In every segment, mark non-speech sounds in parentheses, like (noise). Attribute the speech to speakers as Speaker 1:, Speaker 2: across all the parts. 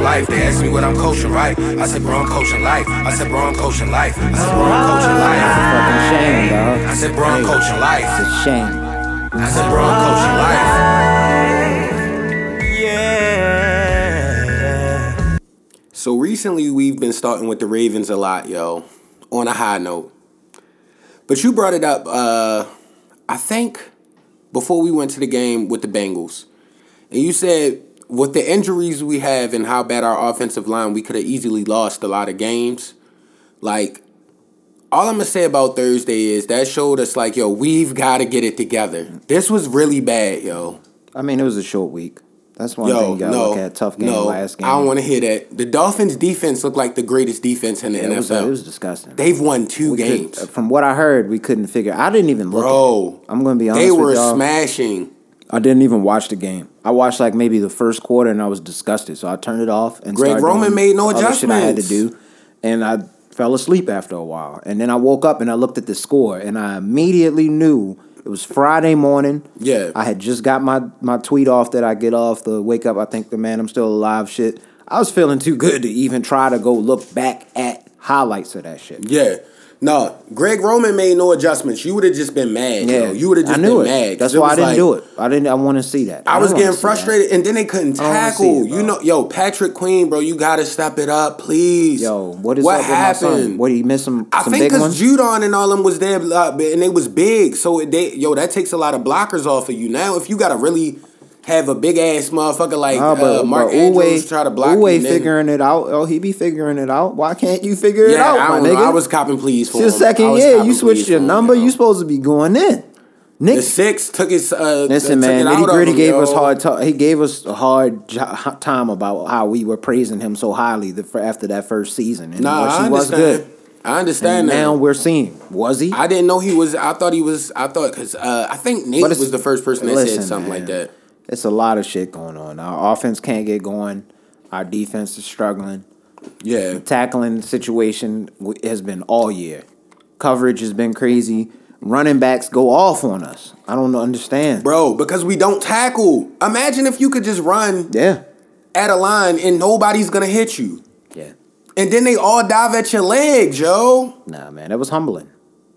Speaker 1: life. They ask me what I'm coaching, right? I said, bro, I'm coaching life. I said, bro, I'm coaching life. I said, bro, I'm coaching life.
Speaker 2: Fucking shame, dog.
Speaker 1: I said, bro, I'm coaching life.
Speaker 2: It's a shame.
Speaker 1: I said, bro, I'm coaching life.
Speaker 3: So recently, we've been starting with the Ravens a lot, yo, on a high note. But you brought it up, uh, I think, before we went to the game with the Bengals. And you said, with the injuries we have and how bad our offensive line, we could have easily lost a lot of games. Like, all I'm going to say about Thursday is that showed us, like, yo, we've got to get it together. This was really bad, yo.
Speaker 2: I mean, it was a short week. That's one thing
Speaker 3: Yo,
Speaker 2: you gotta
Speaker 3: no,
Speaker 2: look at. Tough game,
Speaker 3: no,
Speaker 2: last game.
Speaker 3: I don't want to hear that. The Dolphins' defense looked like the greatest defense in the
Speaker 2: it
Speaker 3: NFL.
Speaker 2: was, it was disgusting.
Speaker 3: They've won two
Speaker 2: We could-
Speaker 3: games,
Speaker 2: from what I heard, we couldn't figure. I didn't even look.
Speaker 3: bro.
Speaker 2: I'm gonna be
Speaker 3: They
Speaker 2: honest with
Speaker 3: were
Speaker 2: y'all.
Speaker 3: smashing.
Speaker 2: I didn't even watch the game. I watched like maybe the first quarter and I was disgusted, so I turned it off. And
Speaker 3: Greg
Speaker 2: started
Speaker 3: Roman
Speaker 2: doing
Speaker 3: made no
Speaker 2: other Shit I had to
Speaker 3: adjustments.
Speaker 2: do, and I fell asleep after a while. And then I woke up and I looked at the score, and I immediately knew it was Friday morning.
Speaker 3: Yeah.
Speaker 2: I had just got my my tweet off that I get off the wake up. I think the man I'm still alive shit. I was feeling too good to even try to go look back at highlights of that shit.
Speaker 3: Yeah. No, Greg Roman made no adjustments. You would have just been mad. Yeah, you would have just
Speaker 2: I knew
Speaker 3: been
Speaker 2: it.
Speaker 3: mad. 'Cause
Speaker 2: That's
Speaker 3: it
Speaker 2: why I
Speaker 3: was
Speaker 2: didn't
Speaker 3: like-
Speaker 2: do it. I didn't. I want to see that.
Speaker 3: I was
Speaker 2: don't
Speaker 3: getting
Speaker 2: wanna see that.
Speaker 3: frustrated, and then they couldn't
Speaker 2: I don't wanna see
Speaker 3: tackle.
Speaker 2: it,
Speaker 3: you
Speaker 2: bro.
Speaker 3: know, yo, Patrick Queen, bro, you gotta step it up, please.
Speaker 2: Yo, what is up with my son? What, he missed some,
Speaker 3: I
Speaker 2: some
Speaker 3: think
Speaker 2: big ones?
Speaker 3: because Judon and all them was there, uh, and they was big, so it- they yo that takes a lot of blockers off of you. Now, if you gotta really have a big ass motherfucker like
Speaker 2: Nah,
Speaker 3: uh, Mark Andrews try to block
Speaker 2: Uwe
Speaker 3: you, then-
Speaker 2: figuring it out. Oh, he be figuring it out. Why can't you figure it
Speaker 3: yeah,
Speaker 2: out,
Speaker 3: I
Speaker 2: my
Speaker 3: don't
Speaker 2: nigga?
Speaker 3: know. I was copping please for
Speaker 2: it's your
Speaker 3: him. I
Speaker 2: second
Speaker 3: was
Speaker 2: year.
Speaker 3: copping
Speaker 2: You switched
Speaker 3: pleas
Speaker 2: your
Speaker 3: for him,
Speaker 2: number.
Speaker 3: yo.
Speaker 2: You supposed to be going in. Nick,
Speaker 3: the six took his. Uh, took
Speaker 2: listen,
Speaker 3: it
Speaker 2: man.
Speaker 3: out
Speaker 2: Nitty
Speaker 3: of
Speaker 2: Gritty
Speaker 3: him,
Speaker 2: gave
Speaker 3: yo.
Speaker 2: us hard. T- he gave us a hard jo- time about how we were praising him so highly the, for after that first season. And
Speaker 3: Nah,
Speaker 2: what
Speaker 3: I
Speaker 2: she was
Speaker 3: understand.
Speaker 2: good.
Speaker 3: I
Speaker 2: And
Speaker 3: understand
Speaker 2: now
Speaker 3: now.
Speaker 2: we're seeing. Was he?
Speaker 3: I didn't know he was. I thought he was. I thought because uh, I think Nate
Speaker 2: But it's-
Speaker 3: was the first person that
Speaker 2: listen,
Speaker 3: said something like
Speaker 2: man.
Speaker 3: that.
Speaker 2: It's a lot of shit going on. Our offense can't get going. Our defense is struggling.
Speaker 3: Yeah,
Speaker 2: tackling situation w- has been all year. Coverage has been crazy. Running backs go off on us. I don't understand.
Speaker 3: bro, because we don't tackle. Imagine if you could just run
Speaker 2: Yeah.
Speaker 3: at a line and nobody's gonna hit you.
Speaker 2: Yeah.
Speaker 3: And then they all dive at your legs, yo.
Speaker 2: Nah, man, that was humbling.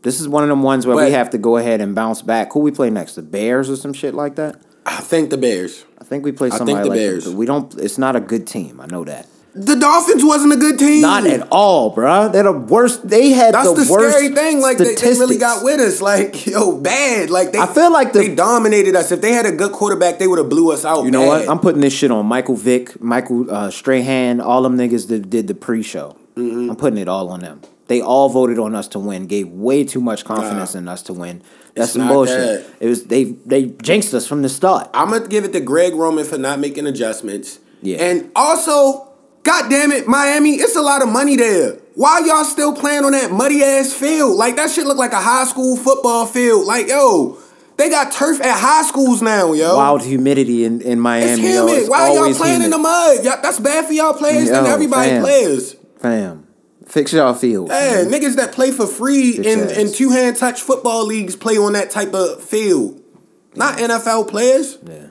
Speaker 2: This is one of them ones where
Speaker 3: But-
Speaker 2: we have to go ahead and bounce back. Who we play next? The Bears or some shit like that?
Speaker 3: I think the Bears.
Speaker 2: I think we play
Speaker 3: think
Speaker 2: somebody
Speaker 3: the
Speaker 2: like
Speaker 3: Bears.
Speaker 2: We don't. It's not a good team. I know that.
Speaker 3: The Dolphins wasn't a good team.
Speaker 2: Not at all, bruh. They're the worst. They had
Speaker 3: That's
Speaker 2: the,
Speaker 3: the,
Speaker 2: worst
Speaker 3: scary thing. Like they, they really
Speaker 2: statistics.
Speaker 3: got with us. Like yo, bad. Like they.
Speaker 2: I feel like the-
Speaker 3: they dominated us. If they had a good quarterback, they would have blew us out.
Speaker 2: You know what?
Speaker 3: bad.
Speaker 2: I'm putting this shit on Michael Vick, Michael uh, Strahan, all them niggas that did the pre-show.
Speaker 3: Mm-hmm.
Speaker 2: I'm putting it all on them. They all voted on us to win. Gave way too much confidence in us to win. That's some
Speaker 3: not
Speaker 2: bullshit.
Speaker 3: that.
Speaker 2: It was they they jinxed us from the start.
Speaker 3: I'm gonna give it to Greg Roman for not making adjustments.
Speaker 2: Yeah.
Speaker 3: And also, god damn it, Miami, it's a lot of money there. Why y'all still playing on that muddy ass field? Like that shit look like a high school football field. Like yo, they got turf at high schools now, yo.
Speaker 2: Wild humidity in, in Miami.
Speaker 3: Oh. it's
Speaker 2: yo.
Speaker 3: humid.
Speaker 2: It's
Speaker 3: Why y'all
Speaker 2: always
Speaker 3: playing in
Speaker 2: humid.
Speaker 3: the mud? Y'all, that's bad for y'all players and
Speaker 2: Yo,
Speaker 3: everybody
Speaker 2: fam.
Speaker 3: players.
Speaker 2: Fam, fix y'all field.
Speaker 3: Yeah, niggas that play for free
Speaker 2: Bitch
Speaker 3: in,
Speaker 2: ass.
Speaker 3: in two hand touch football leagues play on that type of field. Not NFL players.
Speaker 2: Yeah.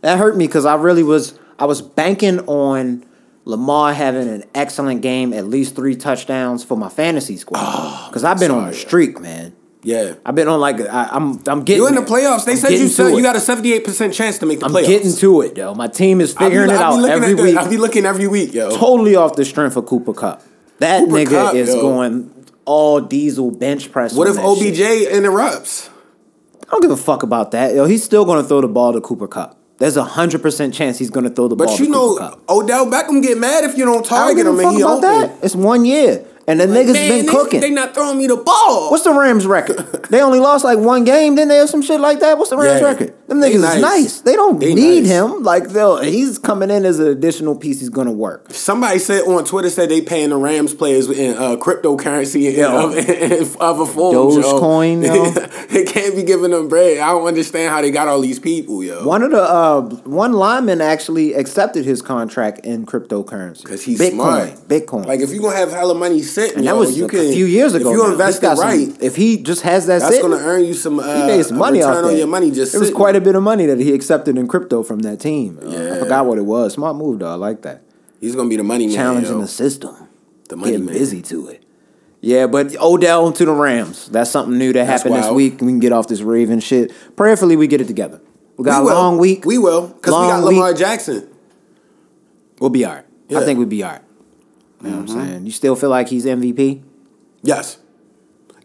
Speaker 2: That hurt me because I really was I was banking on Lamar having an excellent game, at least three touchdowns for my fantasy
Speaker 3: Oh,
Speaker 2: squad. Because I've been on a streak, man.
Speaker 3: Yeah.
Speaker 2: I've been on like I, I'm I'm getting
Speaker 3: You're in the
Speaker 2: there.
Speaker 3: playoffs. They
Speaker 2: I'm
Speaker 3: said
Speaker 2: getting
Speaker 3: you
Speaker 2: to
Speaker 3: said
Speaker 2: it.
Speaker 3: you got a 78% chance to make the
Speaker 2: I'm
Speaker 3: playoffs.
Speaker 2: getting to it though. My team is
Speaker 3: I be-
Speaker 2: figuring
Speaker 3: I
Speaker 2: it
Speaker 3: be
Speaker 2: out
Speaker 3: looking
Speaker 2: every
Speaker 3: at the-
Speaker 2: week.
Speaker 3: I be looking every week, yo.
Speaker 2: totally off the strength of Cooper Cup. That
Speaker 3: Cooper
Speaker 2: nigga
Speaker 3: Kupp,
Speaker 2: is
Speaker 3: yo.
Speaker 2: going all diesel bench press.
Speaker 3: What if
Speaker 2: on that shit.
Speaker 3: OBJ interrupts?
Speaker 2: I don't give a fuck about that. Yo, he's still gonna throw the ball to Cooper Cup. There's a hundred percent chance he's gonna throw the
Speaker 3: But
Speaker 2: ball
Speaker 3: you
Speaker 2: to
Speaker 3: know,
Speaker 2: Cooper Cup.
Speaker 3: Odell Beckham get mad if you don't
Speaker 2: I don't
Speaker 3: target
Speaker 2: give
Speaker 3: him
Speaker 2: a
Speaker 3: and
Speaker 2: fuck
Speaker 3: he
Speaker 2: about
Speaker 3: open.
Speaker 2: that. It's one year, and the niggas
Speaker 3: Man,
Speaker 2: been
Speaker 3: they-
Speaker 2: cooking.
Speaker 3: They not throwing me the ball.
Speaker 2: What's the
Speaker 3: (laughs)
Speaker 2: Rams record? they only lost like one game, then they have some shit like that. What's the Rams
Speaker 3: Yeah.
Speaker 2: record? Them
Speaker 3: They
Speaker 2: niggas
Speaker 3: nice.
Speaker 2: is nice. They don't
Speaker 3: They
Speaker 2: need
Speaker 3: nice.
Speaker 2: him. Like they'll, he's coming in as an additional piece. He's gonna work.
Speaker 3: Somebody said on Twitter said they paying the Rams players in uh, cryptocurrency and
Speaker 2: Yo.
Speaker 3: other- and other forms. yo.
Speaker 2: Dogecoin, yo.
Speaker 3: (laughs) they can't be giving them bread. I don't understand how they got all these people, yo.
Speaker 2: One of the uh, one lineman actually accepted his contract in cryptocurrency
Speaker 3: Because he's
Speaker 2: Bitcoin.
Speaker 3: smart.
Speaker 2: Bitcoin.
Speaker 3: Like if you're gonna have hella money sitting,
Speaker 2: and that
Speaker 3: yo,
Speaker 2: was
Speaker 3: you
Speaker 2: a
Speaker 3: can,
Speaker 2: few years ago.
Speaker 3: If
Speaker 2: now.
Speaker 3: you
Speaker 2: He's
Speaker 3: invest it
Speaker 2: got some-
Speaker 3: right,
Speaker 2: if he just has that,
Speaker 3: that's
Speaker 2: sitting,
Speaker 3: gonna earn you some. Uh,
Speaker 2: he made some money
Speaker 3: a
Speaker 2: off
Speaker 3: return
Speaker 2: that.
Speaker 3: on your money. Just
Speaker 2: it was
Speaker 3: sitting.
Speaker 2: quite a bit of money that he accepted in crypto from that team. Uh, I
Speaker 3: Yeah.
Speaker 2: forgot what it was. Smart move, though. I like that.
Speaker 3: He's gonna be the money man.
Speaker 2: challenging
Speaker 3: yo.
Speaker 2: the system.
Speaker 3: The money
Speaker 2: getting
Speaker 3: man.
Speaker 2: busy to it. Yeah, but Odell to the Rams. That's something new that
Speaker 3: That's
Speaker 2: happened this
Speaker 3: wild.
Speaker 2: week. We can get off this Raven shit. Prayerfully, we get it together. We got
Speaker 3: we
Speaker 2: a
Speaker 3: will.
Speaker 2: long week.
Speaker 3: We will because we
Speaker 2: Long
Speaker 3: got Lamar
Speaker 2: week.
Speaker 3: Jackson.
Speaker 2: We'll be all right.
Speaker 3: Yeah.
Speaker 2: I think we'll be all right. You know what I'm saying? You still feel like he's MVP?
Speaker 3: Yes.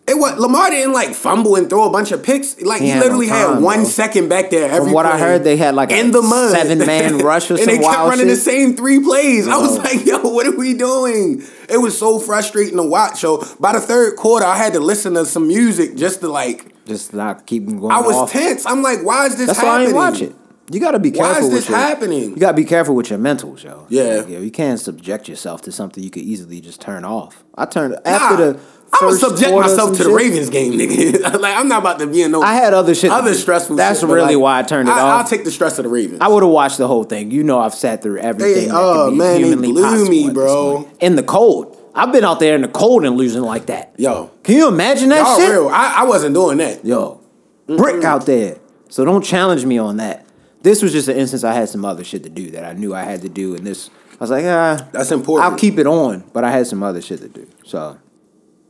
Speaker 3: It was Lamar didn't like fumble and throw a bunch of picks. Like
Speaker 2: He
Speaker 3: he,
Speaker 2: had no
Speaker 3: literally
Speaker 2: time,
Speaker 3: had one
Speaker 2: bro.
Speaker 3: second back there. Every
Speaker 2: From what I
Speaker 3: play.
Speaker 2: heard, they had like a
Speaker 3: in the mud (laughs)
Speaker 2: seven man rush or
Speaker 3: and
Speaker 2: some
Speaker 3: they kept
Speaker 2: wild
Speaker 3: running
Speaker 2: shit.
Speaker 3: the same three plays. I was
Speaker 2: Wow.
Speaker 3: like, yo, what are we doing? It was so frustrating to watch. So by the third quarter, I had to listen to some music just to like.
Speaker 2: Just not keep him going.
Speaker 3: I was
Speaker 2: off.
Speaker 3: tense. I'm like, why is this
Speaker 2: That's why I
Speaker 3: happening?
Speaker 2: ain't watch it. You gotta be
Speaker 3: Why
Speaker 2: careful.
Speaker 3: is this
Speaker 2: with your,
Speaker 3: happening?
Speaker 2: You gotta be careful with your mentals, yo.
Speaker 3: Yeah.
Speaker 2: Like, yo, you can't subject yourself to something you could easily just turn off. I turned
Speaker 3: Nah,
Speaker 2: after the.
Speaker 3: I would
Speaker 2: first
Speaker 3: subject
Speaker 2: quarter or
Speaker 3: myself
Speaker 2: some
Speaker 3: to the
Speaker 2: shit,
Speaker 3: Ravens game, nigga. (laughs) like I'm not about to be in no.
Speaker 2: I had other shit to
Speaker 3: other
Speaker 2: do.
Speaker 3: stressful.
Speaker 2: That's
Speaker 3: shit, but,
Speaker 2: really
Speaker 3: like,
Speaker 2: why I turned it
Speaker 3: I-
Speaker 2: off.
Speaker 3: I'll take the stress of the Ravens.
Speaker 2: I would have watched the whole thing. You know, I've sat through everything.
Speaker 3: They-
Speaker 2: that
Speaker 3: oh,
Speaker 2: could be
Speaker 3: man, they
Speaker 2: humanly
Speaker 3: blew
Speaker 2: possible
Speaker 3: me,
Speaker 2: at this
Speaker 3: bro.
Speaker 2: point. In the cold, I've been out there in the cold and losing like that.
Speaker 3: Yo.
Speaker 2: can you imagine that
Speaker 3: Y'all
Speaker 2: shit?
Speaker 3: real. I, I wasn't doing that.
Speaker 2: Yo, brick out there. So don't challenge me on that. This was just an instance I had some other shit to do that I knew I had to do, and this I was like, ah,
Speaker 3: That's important.
Speaker 2: I'll keep it on, but I had some other shit to do. So,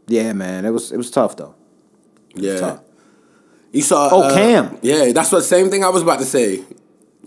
Speaker 2: yeah, man, it was it was tough though.
Speaker 3: Yeah.
Speaker 2: tough.
Speaker 3: You saw.
Speaker 2: Oh,
Speaker 3: uh,
Speaker 2: Cam.
Speaker 3: Yeah, that's what same thing I was about to say.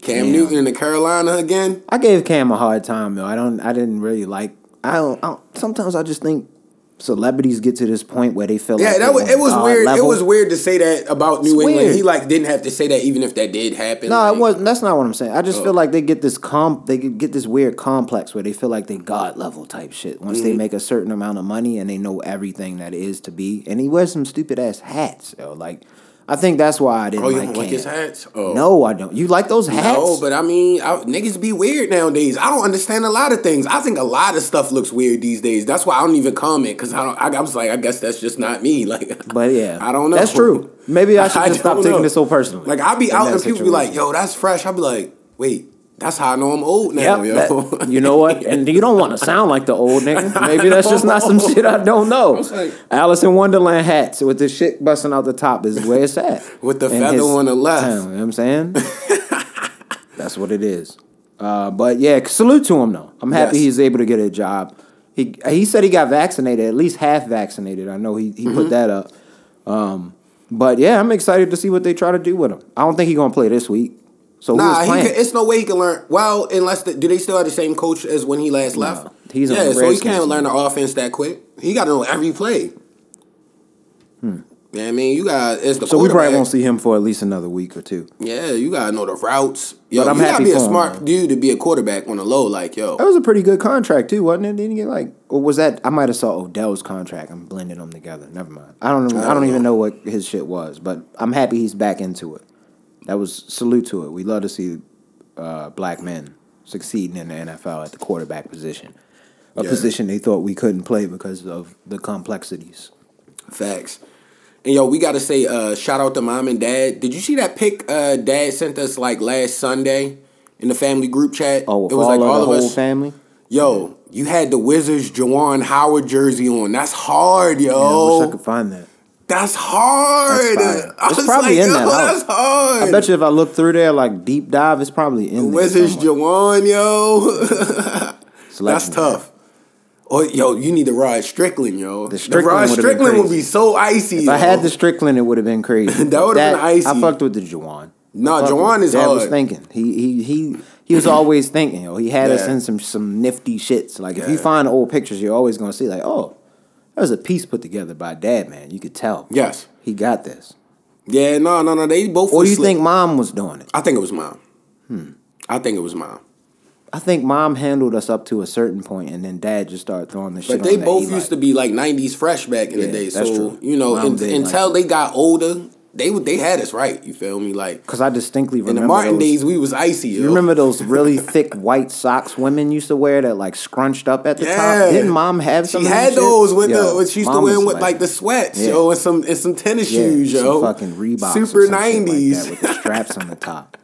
Speaker 3: Cam
Speaker 2: Damn.
Speaker 3: Newton in the Carolina again.
Speaker 2: I gave Cam a hard time though. I don't. I didn't really like. I don't. I don't sometimes I just think celebrities get to this point where they feel
Speaker 3: Yeah,
Speaker 2: like
Speaker 3: that
Speaker 2: they
Speaker 3: was
Speaker 2: on
Speaker 3: it. Was
Speaker 2: God
Speaker 3: weird. It
Speaker 2: level.
Speaker 3: was weird to say that about New
Speaker 2: It's
Speaker 3: England.
Speaker 2: weird.
Speaker 3: He like didn't have to say that, even if that did happen.
Speaker 2: No,
Speaker 3: like, oh.
Speaker 2: it wasn't. That's not what I'm saying. I just feel like they get this comp. They get this weird complex where they feel like they god level type shit. Once
Speaker 3: Mm-hmm.
Speaker 2: they make a certain amount of money and they know everything that is to be, and he wears some stupid ass hats. Yo. Like, I think that's why I didn't
Speaker 3: Oh, you
Speaker 2: like
Speaker 3: don't like
Speaker 2: Cam.
Speaker 3: his hats? Oh.
Speaker 2: No, I don't. You like those hats?
Speaker 3: No, but I mean, I, niggas be weird nowadays. I don't understand a lot of things. I think a lot of stuff looks weird these days. That's why I don't even comment because I don't. I, I was like, I guess that's just not me. (laughs) Like,
Speaker 2: But yeah,
Speaker 3: I don't know.
Speaker 2: That's true.
Speaker 3: (laughs)
Speaker 2: Maybe I should just stop
Speaker 3: don't
Speaker 2: taking
Speaker 3: know.
Speaker 2: this so personally.
Speaker 3: Like I'll be
Speaker 2: in
Speaker 3: out
Speaker 2: that
Speaker 3: and people be like,
Speaker 2: situation.
Speaker 3: "Yo, that's fresh." I'll be like, "Wait, that's how I know I'm old now,
Speaker 2: Yep,
Speaker 3: (laughs) yo."
Speaker 2: that- you know what? And you don't want to sound like the old nigga. Maybe that's just not some shit I
Speaker 3: (laughs)
Speaker 2: don't know.
Speaker 3: was like-
Speaker 2: Alice in Wonderland hats with the shit busting out the top is where it's at.
Speaker 3: (laughs) With the
Speaker 2: In
Speaker 3: feather
Speaker 2: his
Speaker 3: on the left.
Speaker 2: town, you know what
Speaker 3: (laughs)
Speaker 2: I'm saying? that's what it is. Uh, but yeah, salute to him though. I'm happy
Speaker 3: Yes.
Speaker 2: he's able to get a job. He he said he got vaccinated, at least half vaccinated. I know he, he
Speaker 3: Mm-hmm.
Speaker 2: put that up. Um, but yeah, I'm excited to see what they try to do with him. I don't think he's gonna play this week. So who's
Speaker 3: nah, he
Speaker 2: playing?
Speaker 3: can, it's no way he can learn. Well, unless the, do they still have the same coach as when he last left?
Speaker 2: he's on
Speaker 3: yeah,
Speaker 2: the
Speaker 3: so he
Speaker 2: Redskins
Speaker 3: can't
Speaker 2: now.
Speaker 3: learn the offense that quick. He got to know every play. Hmm. Yeah, I mean, you got it's the
Speaker 2: Hmm. So we probably
Speaker 3: quarterback.
Speaker 2: won't see him for at least another week or two.
Speaker 3: Yeah, you gotta know the routes. Yo,
Speaker 2: But I'm
Speaker 3: you
Speaker 2: happy
Speaker 3: gotta be a
Speaker 2: for him,
Speaker 3: smart
Speaker 2: man.
Speaker 3: dude to be a quarterback on the low, like yo.
Speaker 2: That was a pretty good contract too, wasn't it? Didn't he get like, or was that? I might have saw Odell's contract. I'm blending them together. Never mind. I don't. I don't even know what his shit was, but I'm happy he's back into it. That was salute to it. We love to see uh, black men succeeding in the NFL at the quarterback position, a
Speaker 3: Yeah.
Speaker 2: position they thought we couldn't play because of the complexities.
Speaker 3: Facts. And yo, we gotta say uh, shout out to mom and dad. Did you see that pic uh, dad sent us like last Sunday in the family group chat?
Speaker 2: Oh,
Speaker 3: it was like all of
Speaker 2: the whole
Speaker 3: us.
Speaker 2: family.
Speaker 3: Yo, you had the Wizards Jawan Howard jersey on. That's hard,
Speaker 2: Yeah,
Speaker 3: yo.
Speaker 2: I wish I could find that.
Speaker 3: That's hard.
Speaker 2: That's fire.
Speaker 3: I
Speaker 2: It's
Speaker 3: was
Speaker 2: probably
Speaker 3: like,
Speaker 2: in
Speaker 3: yo,
Speaker 2: that house.
Speaker 3: that's hard.
Speaker 2: I bet you if I look through there, like deep dive, it's probably in there.
Speaker 3: Wizards
Speaker 2: somewhere.
Speaker 3: Jawan, yo. (laughs)
Speaker 2: Select
Speaker 3: That's
Speaker 2: me.
Speaker 3: tough. Oh, yo, you need to ride Strickland, yo. The,
Speaker 2: Strickland
Speaker 3: Rod
Speaker 2: would've been
Speaker 3: Strickland would
Speaker 2: crazy.
Speaker 3: be so icy.
Speaker 2: If I had the Strickland, it would have been crazy.
Speaker 3: (laughs) That
Speaker 2: But
Speaker 3: would've been icy.
Speaker 2: I fucked with the Jawan.
Speaker 3: Nah,
Speaker 2: I fucked
Speaker 3: Juwan
Speaker 2: with-
Speaker 3: is
Speaker 2: Dad was
Speaker 3: hard.
Speaker 2: thinking. He he he he was always thinking. Yo. He had us
Speaker 3: Yeah.
Speaker 2: in some some nifty shits. Like if you
Speaker 3: Yeah.
Speaker 2: find old pictures, you're always gonna see like, oh, that was a piece put together by Dad, man. You could tell.
Speaker 3: yes,
Speaker 2: he got this.
Speaker 3: yeah, no, no, no. They both.
Speaker 2: Or
Speaker 3: was
Speaker 2: do you
Speaker 3: slick.
Speaker 2: think Hmm. Mom was doing it?
Speaker 3: I think it was mom. I think it was mom.
Speaker 2: I think Mom handled us up to a certain point, and then Dad just started throwing the shit.
Speaker 3: But they
Speaker 2: on
Speaker 3: both
Speaker 2: that he
Speaker 3: used
Speaker 2: liked.
Speaker 3: to be like '90s fresh back in
Speaker 2: Yeah,
Speaker 3: the day. So
Speaker 2: that's true.
Speaker 3: you know,
Speaker 2: Mom
Speaker 3: un-
Speaker 2: did like
Speaker 3: until they got older, they would- they had us right. You feel me? Like
Speaker 2: Cause I distinctly
Speaker 3: in
Speaker 2: remember
Speaker 3: the Martin
Speaker 2: those-
Speaker 3: days, we was icy. Yo.
Speaker 2: You remember those really thick white socks women used to wear that like scrunched up at the
Speaker 3: Yeah.
Speaker 2: top? Didn't mom have some?
Speaker 3: She
Speaker 2: of them
Speaker 3: had
Speaker 2: shit?
Speaker 3: those with
Speaker 2: Yo,
Speaker 3: the what she used to
Speaker 2: Mom
Speaker 3: wear
Speaker 2: was
Speaker 3: with like the sweats,
Speaker 2: Yeah.
Speaker 3: yo, and some and some tennis
Speaker 2: yeah,
Speaker 3: shoes,
Speaker 2: some
Speaker 3: yo.
Speaker 2: fucking Reeboks,
Speaker 3: super
Speaker 2: nineties
Speaker 3: nineties.
Speaker 2: with the straps on the top.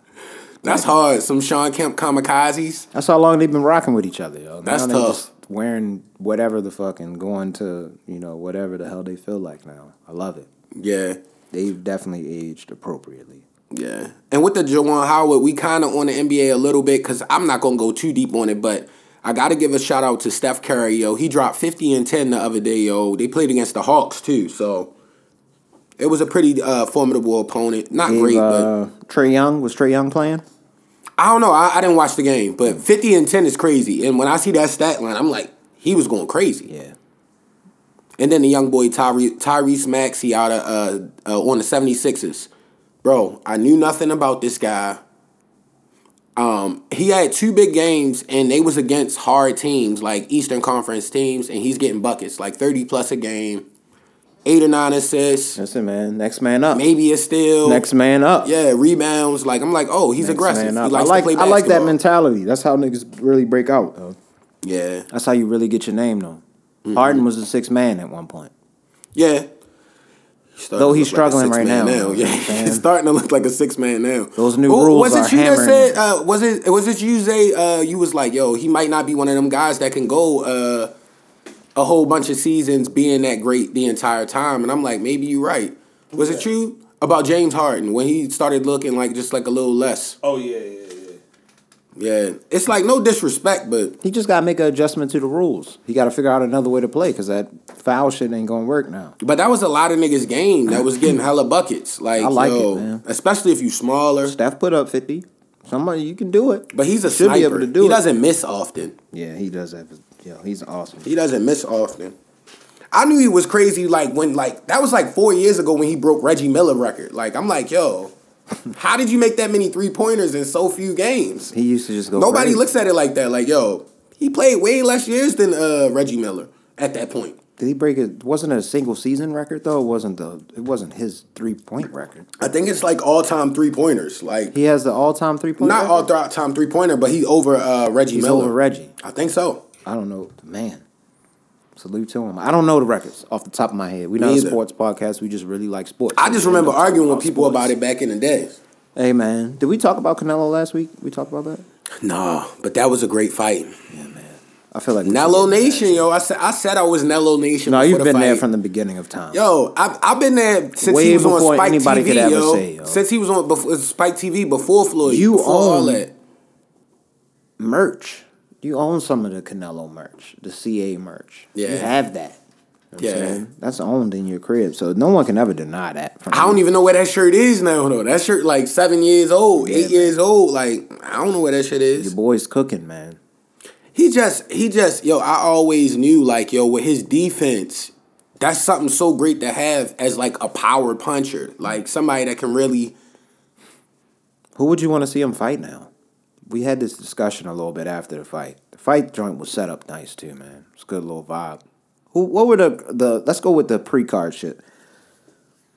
Speaker 3: That's hard. Some Sean Kemp kamikazes.
Speaker 2: That's how long they've been rocking with each other, yo. Now
Speaker 3: That's
Speaker 2: they
Speaker 3: tough.
Speaker 2: Just wearing whatever the fuck and going to you know whatever the hell they feel like now. I love it.
Speaker 3: Yeah,
Speaker 2: They've definitely aged appropriately.
Speaker 3: yeah. And with the Jawan Howard, we kind of on the NBA a little bit because I'm not gonna go too deep on it, but I got to give a shout out to Steph Curry, yo. He dropped 50 and 10 the other day, yo. They played against the Hawks, too. So it was a pretty uh, formidable opponent. Not
Speaker 2: Gave,
Speaker 3: great, but
Speaker 2: uh, Trey Young was Trey Young playing?
Speaker 3: I don't know. I, I didn't watch the game, but 50 and 10 is crazy. And when I see that stat line, I'm like, he was going crazy.
Speaker 2: Yeah.
Speaker 3: And then the young boy Tyre- Tyrese Maxey out of uh, uh, on the 76ers. Bro, I knew nothing about this guy. Um, he had two big games and they was against hard teams like Eastern Conference teams and he's getting buckets like 30 plus a game. 8 or 9 assists,
Speaker 2: That's it, man. Next man up.
Speaker 3: maybe a steal.
Speaker 2: Next man up.
Speaker 3: yeah, rebounds. Like I'm like, "Oh, he's
Speaker 2: Next
Speaker 3: aggressive." He
Speaker 2: man up.
Speaker 3: likes
Speaker 2: I like
Speaker 3: to play
Speaker 2: I like that
Speaker 3: basketball.
Speaker 2: mentality. That's how niggas really break out. though.
Speaker 3: Yeah.
Speaker 2: That's how you really get your name known. Harden was a six man at one point.
Speaker 3: Yeah.
Speaker 2: Though he's struggling right now, you know
Speaker 3: Yeah,
Speaker 2: what I'm
Speaker 3: (laughs)
Speaker 2: saying?
Speaker 3: he's starting to look like a six man now.
Speaker 2: Those new rules
Speaker 3: Was it
Speaker 2: are
Speaker 3: you that
Speaker 2: hammering
Speaker 3: said?
Speaker 2: him.
Speaker 3: Uh, was it was it you say? Uh, you was like, yo, he might not be one of them guys that can go uh, a whole bunch of seasons being that great the entire time. And I'm like, maybe you're right. Was it you about James Harden when he started looking like just like a little less?
Speaker 4: Oh yeah, yeah, yeah.
Speaker 3: Yeah, it's like no disrespect, but
Speaker 2: He just got to make an adjustment to the rules. He got to figure out another way to play because that foul shit ain't going to work now.
Speaker 3: but that was a lot of niggas game
Speaker 2: (laughs)
Speaker 3: that was getting hella buckets. Like,
Speaker 2: I like it,
Speaker 3: yo,
Speaker 2: man.
Speaker 3: especially if you smaller.
Speaker 2: Steph put up 50. Somebody, you can do it.
Speaker 3: But he's a
Speaker 2: Should
Speaker 3: sniper.
Speaker 2: be able to do
Speaker 3: he
Speaker 2: it.
Speaker 3: doesn't miss often.
Speaker 2: Yeah, he does have. Yo, he's awesome.
Speaker 3: He doesn't miss often. I knew he was crazy. Like when, like that was like four years ago when he broke Reggie Miller record. Like I'm like, yo, (laughs) how did you make that many three pointers in so few games?
Speaker 2: He used to just go.
Speaker 3: Nobody
Speaker 2: crazy.
Speaker 3: looks at it like that. Like yo, he played way less years than uh, Reggie Miller at that point.
Speaker 2: Did he break it? Wasn't it a single season record though? It wasn't the. It wasn't his three point record.
Speaker 3: I think it's like all time three pointers. Like
Speaker 2: He has the all time three point.
Speaker 3: not all th- time three pointer, but he over uh, Reggie
Speaker 2: He's
Speaker 3: Miller.
Speaker 2: over Reggie.
Speaker 3: I think so.
Speaker 2: I don't know, man. Salute to him. I don't know the records off the top of my head. We're not a
Speaker 3: either.
Speaker 2: sports podcast. We just really like sports.
Speaker 3: I just remember arguing with people about it back in the day.
Speaker 2: Hey man, did we talk about Canelo last week? We talked about that.
Speaker 3: Nah, but that was a great fight.
Speaker 2: I feel like we
Speaker 3: Nello
Speaker 2: should get
Speaker 3: Nation, yo. I said I said I was Nello Nation.
Speaker 2: that. No,
Speaker 3: before
Speaker 2: you've
Speaker 3: the
Speaker 2: been
Speaker 3: fight.
Speaker 2: there from the beginning of time.
Speaker 3: Yo, I've, I've been there since
Speaker 2: Way
Speaker 3: he was on
Speaker 2: before
Speaker 3: Spike
Speaker 2: anybody
Speaker 3: TV,
Speaker 2: could ever
Speaker 3: yo.
Speaker 2: say, yo.
Speaker 3: Since he was on before, Spike TV before Floyd,
Speaker 2: You
Speaker 3: before all
Speaker 2: own-
Speaker 3: that.
Speaker 2: merch. You own some of the Canelo merch, the CA merch.
Speaker 3: Yeah.
Speaker 2: you have that. You know what I'm
Speaker 3: Yeah.
Speaker 2: saying? that's owned in your crib, so no one can ever deny that. from
Speaker 3: I don't
Speaker 2: you.
Speaker 3: even know where that shirt is now. Though that shirt like seven years old, eight
Speaker 2: man.
Speaker 3: years old. Like I don't know where that shit
Speaker 2: Your
Speaker 3: is.
Speaker 2: boy's cooking, man.
Speaker 3: He just he just yo. I always knew like yo with his defense. That's something so great to have as like a power puncher, like somebody that can really.
Speaker 2: Who would you want to see him fight now? We had this discussion a little bit after the fight. The fight joint was set up nice too, man. It's a good little vibe. Who? What were the the? Let's go with the pre card shit.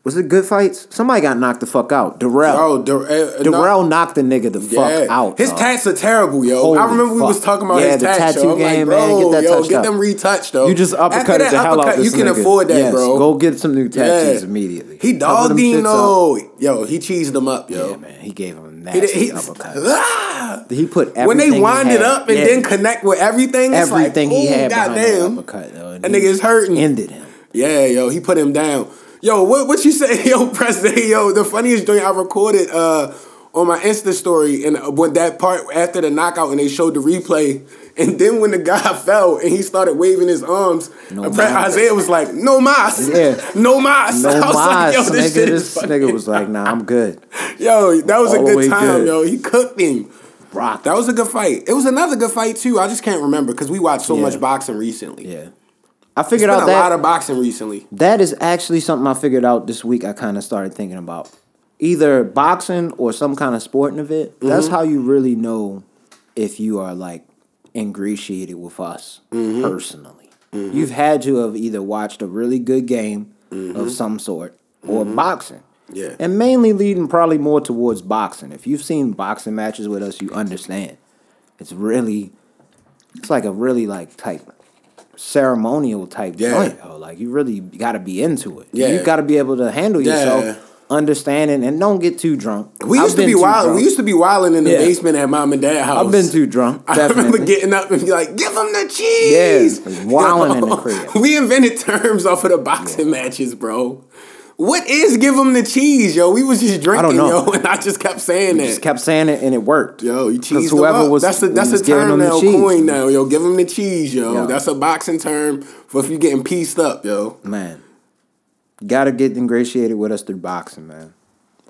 Speaker 2: Was it good fights? Somebody got knocked the fuck out. Darrell.
Speaker 3: Oh, Dar- uh, no.
Speaker 2: Darrell knocked the nigga the
Speaker 3: Yeah.
Speaker 2: fuck out.
Speaker 3: His
Speaker 2: dog.
Speaker 3: tats are terrible, yo.
Speaker 2: Holy
Speaker 3: I remember we
Speaker 2: fuck.
Speaker 3: was talking about
Speaker 2: Yeah,
Speaker 3: his
Speaker 2: the
Speaker 3: tats,
Speaker 2: tattoo
Speaker 3: yo. I'm
Speaker 2: game,
Speaker 3: like,
Speaker 2: man.
Speaker 3: bro,
Speaker 2: Get that
Speaker 3: yo,
Speaker 2: touched
Speaker 3: get
Speaker 2: up.
Speaker 3: them retouched, though.
Speaker 2: You just
Speaker 3: After
Speaker 2: uppercut
Speaker 3: that
Speaker 2: the hell out
Speaker 3: uppercut,
Speaker 2: this
Speaker 3: You can
Speaker 2: nigga.
Speaker 3: afford that,
Speaker 2: Yes,
Speaker 3: bro.
Speaker 2: Go get some new tattoos
Speaker 3: Yeah.
Speaker 2: immediately.
Speaker 3: He
Speaker 2: Cover
Speaker 3: dogged
Speaker 2: them shits up.
Speaker 3: Dino. Yo, he cheesed him up, yo.
Speaker 2: Yeah, man. He gave him a
Speaker 3: He,
Speaker 2: nasty
Speaker 3: did- he,
Speaker 2: uppercut.
Speaker 3: (laughs) ah!
Speaker 2: He put everything
Speaker 3: when they
Speaker 2: he
Speaker 3: wind it
Speaker 2: had-
Speaker 3: up and
Speaker 2: yeah.
Speaker 3: then connect with everything, it's
Speaker 2: everything
Speaker 3: like,
Speaker 2: he
Speaker 3: ooh,
Speaker 2: had behind
Speaker 3: goddamn.
Speaker 2: that uppercut. Though, and
Speaker 3: That
Speaker 2: he
Speaker 3: nigga's hurting. (laughs)
Speaker 2: Ended him.
Speaker 3: Yeah, yo, he put him down. Yo, what what you (laughs) say, yo, President? Yo, the funniest joint I recorded uh on my Insta story and uh, when that part after the knockout and they showed the replay. And then when the (laughs) guy fell and he started waving his arms,
Speaker 2: No
Speaker 3: uh, Pre-
Speaker 2: mas.
Speaker 3: Isaiah was like, "No mas,
Speaker 2: (laughs) Yeah.
Speaker 3: no mas." (laughs)
Speaker 2: No
Speaker 3: I was like,
Speaker 2: mas,
Speaker 3: yo,
Speaker 2: nigga.
Speaker 3: this shit is
Speaker 2: This
Speaker 3: fucking-
Speaker 2: nigga was like, "Nah, I'm good."
Speaker 3: yo, that was a
Speaker 2: all the way
Speaker 3: good time,
Speaker 2: good.
Speaker 3: yo. He cooked him.
Speaker 2: Rock.
Speaker 3: That was a good fight. It was another good fight too. I just can't remember because we watched so
Speaker 2: Yeah.
Speaker 3: much boxing recently.
Speaker 2: yeah. I
Speaker 3: it's
Speaker 2: figured
Speaker 3: been a
Speaker 2: out that
Speaker 3: lot of boxing recently.
Speaker 2: that is actually something I figured out this week. I kind of started thinking about either boxing or some kind of sporting event. That's how you really know if you are like ingratiated with us personally. You've had to have either watched a really good game of some sort or boxing.
Speaker 3: Yeah.
Speaker 2: And mainly leading probably more towards boxing. If you've seen boxing matches with us, you understand. It's really it's like a really like type ceremonial type
Speaker 3: Yeah.
Speaker 2: joint. Yo. Like you really got to be into it.
Speaker 3: Yeah.
Speaker 2: you got to be able to handle
Speaker 3: Yeah.
Speaker 2: yourself, understanding, and don't get too drunk.
Speaker 3: We
Speaker 2: I've
Speaker 3: used to
Speaker 2: been
Speaker 3: be
Speaker 2: too
Speaker 3: wild.
Speaker 2: drunk.
Speaker 3: We used to be wilding in the
Speaker 2: Yeah.
Speaker 3: basement at mom and dad house.
Speaker 2: I've been too drunk.
Speaker 3: (laughs) I
Speaker 2: Definitely.
Speaker 3: remember getting up and be like, "Give them the cheese." (laughs)
Speaker 2: Yeah, wilding in the crib.
Speaker 3: We invented terms off of the boxing matches, bro. What is give them the cheese, yo? We was just drinking,
Speaker 2: know.
Speaker 3: yo, (laughs) and I just kept saying that.
Speaker 2: Just kept saying it and it worked.
Speaker 3: Yo, you
Speaker 2: 'Cause
Speaker 3: cheese whoever was that's a that's
Speaker 2: was
Speaker 3: a
Speaker 2: giving
Speaker 3: term
Speaker 2: them the
Speaker 3: now,
Speaker 2: cheese.
Speaker 3: coin now, yo. Give him the cheese, yo.
Speaker 2: Yo.
Speaker 3: That's a boxing term for if you getting pieced up, yo.
Speaker 2: Man, gotta get ingratiated with us through boxing, man,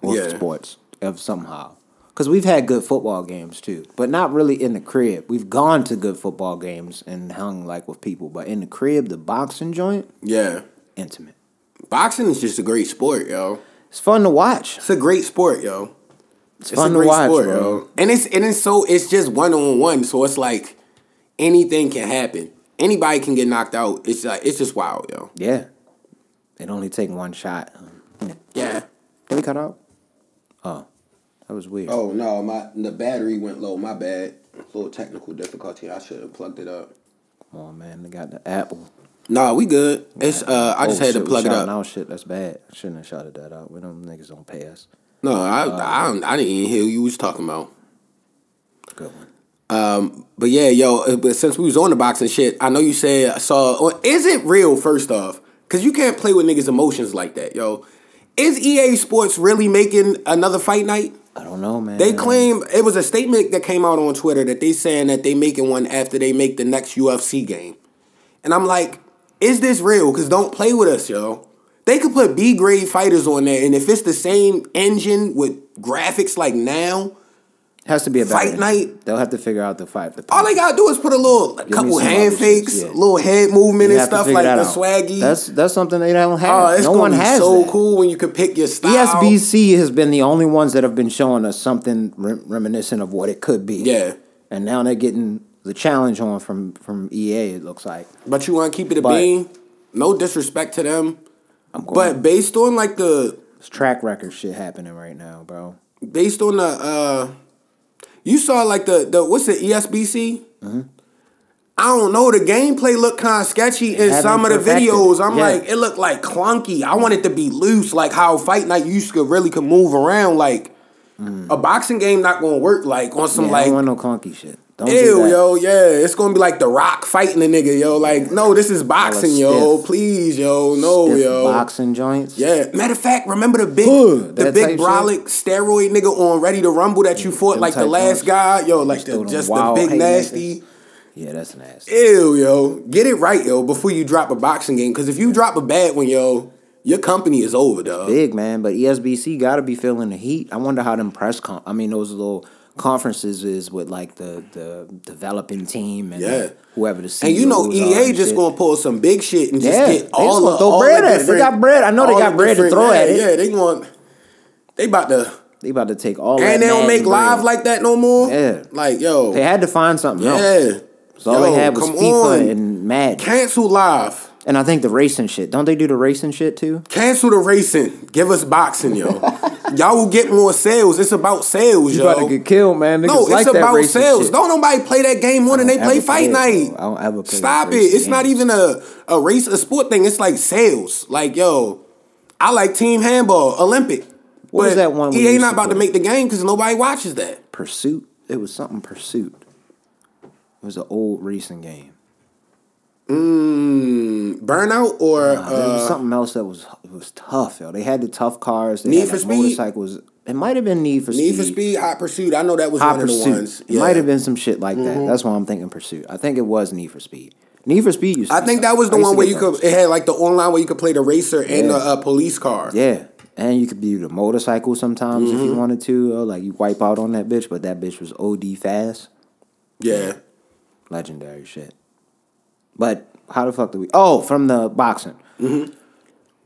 Speaker 2: or
Speaker 3: Yeah.
Speaker 2: sports of somehow. Because we've had good football games too, but not really in the crib. We've gone to good football games and hung like with people, but in the crib, the boxing joint,
Speaker 3: Yeah,
Speaker 2: intimate.
Speaker 3: boxing is just a great sport, yo.
Speaker 2: It's fun to watch.
Speaker 3: It's a great sport, yo.
Speaker 2: It's,
Speaker 3: It's
Speaker 2: fun
Speaker 3: a
Speaker 2: to
Speaker 3: great
Speaker 2: watch,
Speaker 3: sport,
Speaker 2: bro.
Speaker 3: yo. And it's and it's so it's just one on one, so it's like anything can happen. Anybody can get knocked out. It's like it's just wild, yo.
Speaker 2: Yeah, it only take one shot.
Speaker 3: Yeah.
Speaker 2: Did we cut out? Oh, that was weird.
Speaker 3: Oh no, my the battery went low. My bad. Little technical difficulty. I should have plugged it up.
Speaker 2: Come on, man, they got the apple.
Speaker 3: Nah, we good. It's uh, I just
Speaker 2: Oh,
Speaker 3: had
Speaker 2: shit,
Speaker 3: to
Speaker 2: we
Speaker 3: plug it
Speaker 2: shouting
Speaker 3: up.
Speaker 2: out shit, that's bad. I shouldn't have shouted that out. We don't niggas don't pay us.
Speaker 3: No, I, I, don't- I didn't even hear what you was talking about.
Speaker 2: Good one.
Speaker 3: But yeah, yo, uh, but since we was on the boxing shit, I know you said I saw. Or is it real? First off, because you can't play with niggas' emotions like that, yo. Is EA Sports really making another fight night?
Speaker 2: I don't know, man.
Speaker 3: They claim it was a statement that came out on Twitter that they saying that they making one after they make the next UFC game, and I'm like, is this real? Because don't play with us, yo. They could put B grade fighters on there, and if it's the same engine with graphics like now,
Speaker 2: has to be a better
Speaker 3: Fight
Speaker 2: entry.
Speaker 3: night.
Speaker 2: They'll have to figure out the fight. The
Speaker 3: All they gotta do is put a little a
Speaker 2: me
Speaker 3: couple
Speaker 2: some
Speaker 3: hand
Speaker 2: other shit,
Speaker 3: fakes,
Speaker 2: yeah.
Speaker 3: little head movement
Speaker 2: You
Speaker 3: and
Speaker 2: have to
Speaker 3: stuff
Speaker 2: figure
Speaker 3: like
Speaker 2: that
Speaker 3: the
Speaker 2: out.
Speaker 3: swaggy.
Speaker 2: That's that's something they don't have.
Speaker 3: oh, it's
Speaker 2: no
Speaker 3: gonna
Speaker 2: one
Speaker 3: be
Speaker 2: has E
Speaker 3: so
Speaker 2: that.
Speaker 3: cool when you can pick your style.
Speaker 2: ESBC has been the only ones that have been showing us something rem- reminiscent of what it could be.
Speaker 3: Yeah.
Speaker 2: and now they're getting the challenge on from from EA. It looks like
Speaker 3: But you wanna keep it a
Speaker 2: But-
Speaker 3: bean? No disrespect to them.
Speaker 2: I'm going.
Speaker 3: But based on like the
Speaker 2: it's track record shit happening right now, bro.
Speaker 3: based on the uh you saw like the the what's the E ESBC?
Speaker 2: Mm-hmm.
Speaker 3: I don't know. The gameplay looked kind of sketchy in
Speaker 2: haven't
Speaker 3: some of the
Speaker 2: perfected.
Speaker 3: videos. I'm
Speaker 2: Yeah.
Speaker 3: like, it looked like clunky. I want it to be loose, like how Fight Night used to really could move around. Like a boxing game not gonna work like on some
Speaker 2: Mm. Yeah, I
Speaker 3: like
Speaker 2: don't want no clunky shit. Don't do
Speaker 3: Ew,
Speaker 2: that.
Speaker 3: yo, yeah, it's gonna be like The Rock fighting a nigga, yo. Like, no, this is boxing, yo.
Speaker 2: stiff-
Speaker 3: Please, yo, no,
Speaker 2: Stiff
Speaker 3: yo.
Speaker 2: boxing joints.
Speaker 3: Yeah. Matter of fact, remember the big,
Speaker 2: Ugh,
Speaker 3: the
Speaker 2: that
Speaker 3: big
Speaker 2: type
Speaker 3: brolic steroid nigga on Ready to Rumble that you fought
Speaker 2: them
Speaker 3: like the
Speaker 2: type
Speaker 3: last
Speaker 2: joints.
Speaker 3: guy, yo, like
Speaker 2: throw
Speaker 3: the,
Speaker 2: them
Speaker 3: just the
Speaker 2: wild
Speaker 3: big
Speaker 2: haymakers.
Speaker 3: nasty.
Speaker 2: yeah, that's nasty.
Speaker 3: Ew, yo, get it right, yo, before you drop a boxing game, because if you drop a bad one, yo, your company is over, dog.
Speaker 2: big man, but E ESBC got to be feeling the heat. I wonder how them press con. I mean, those little conferences is with like the the developing team and
Speaker 3: Yeah.
Speaker 2: whoever the E CEOs
Speaker 3: And you know,
Speaker 2: are
Speaker 3: EA
Speaker 2: and
Speaker 3: just
Speaker 2: shit.
Speaker 3: gonna pull some big shit and just
Speaker 2: Yeah, they
Speaker 3: get
Speaker 2: just
Speaker 3: all
Speaker 2: gonna
Speaker 3: the
Speaker 2: throw
Speaker 3: all
Speaker 2: bread
Speaker 3: the
Speaker 2: at it. They
Speaker 3: different-
Speaker 2: got bread. I know they
Speaker 3: all
Speaker 2: got
Speaker 3: the
Speaker 2: bread to
Speaker 3: different-
Speaker 2: throw
Speaker 3: yeah,
Speaker 2: at it.
Speaker 3: Yeah, they going. They about to,
Speaker 2: they about to take all that
Speaker 3: and they don't
Speaker 2: mad
Speaker 3: make live
Speaker 2: bread.
Speaker 3: like that no more.
Speaker 2: Yeah.
Speaker 3: like yo,
Speaker 2: they had to find something. else.
Speaker 3: yeah.
Speaker 2: so all
Speaker 3: Yo,
Speaker 2: they had was
Speaker 3: come
Speaker 2: FIFA
Speaker 3: on.
Speaker 2: and Madden,
Speaker 3: cancel live.
Speaker 2: and I think the racing shit. Don't they do the racing shit too?
Speaker 3: Cancel the racing. Give us boxing,
Speaker 2: (laughs)
Speaker 3: yo. Y'all will get more sales. It's about sales,
Speaker 2: You
Speaker 3: yo.
Speaker 2: about to get killed, man. Niggas
Speaker 3: no, it's
Speaker 2: like that
Speaker 3: about
Speaker 2: racing
Speaker 3: sales.
Speaker 2: shit.
Speaker 3: Don't nobody play that game more than
Speaker 2: I
Speaker 3: they
Speaker 2: don't
Speaker 3: play
Speaker 2: ever
Speaker 3: fight
Speaker 2: it,
Speaker 3: night.
Speaker 2: bro. I don't ever play
Speaker 3: Stop it.
Speaker 2: racing
Speaker 3: It's not
Speaker 2: games.
Speaker 3: even a, a race, a sport thing. It's like sales. Like, yo, I like team handball, Olympic.
Speaker 2: What was
Speaker 3: But
Speaker 2: that one we
Speaker 3: EA
Speaker 2: used
Speaker 3: not
Speaker 2: to
Speaker 3: about to
Speaker 2: play?
Speaker 3: make the game because nobody watches that.
Speaker 2: Pursuit. It was something Pursuit. It was an old racing game.
Speaker 3: Burnout or
Speaker 2: There
Speaker 3: uh,
Speaker 2: was something else that was it was tough, yo. They had the tough cars. They
Speaker 3: Need
Speaker 2: had,
Speaker 3: for
Speaker 2: like,
Speaker 3: Speed?
Speaker 2: Motorcycles. It might have been Need for
Speaker 3: Need
Speaker 2: Speed.
Speaker 3: for Speed, Hot Pursuit. I know that was
Speaker 2: Hot
Speaker 3: one Mm-hmm.
Speaker 2: Pursuit.
Speaker 3: of the ones.
Speaker 2: It might have been some shit like that. That's why I'm thinking Pursuit. I think it was Need for Speed. Need for Speed. Used to
Speaker 3: I
Speaker 2: be
Speaker 3: think
Speaker 2: tough.
Speaker 3: that was the
Speaker 2: I used
Speaker 3: one
Speaker 2: to
Speaker 3: where
Speaker 2: get
Speaker 3: you could.
Speaker 2: those.
Speaker 3: It had like the online where you could play the racer and the
Speaker 2: Yeah.
Speaker 3: uh, police car.
Speaker 2: Yeah, and you could do the motorcycle sometimes if you
Speaker 3: Mm-hmm.
Speaker 2: wanted to. Or like you wipe out on that bitch, but that bitch was OD fast.
Speaker 3: Yeah.
Speaker 2: legendary shit. But how the fuck do we? Oh, from the boxing.
Speaker 3: Mm-hmm.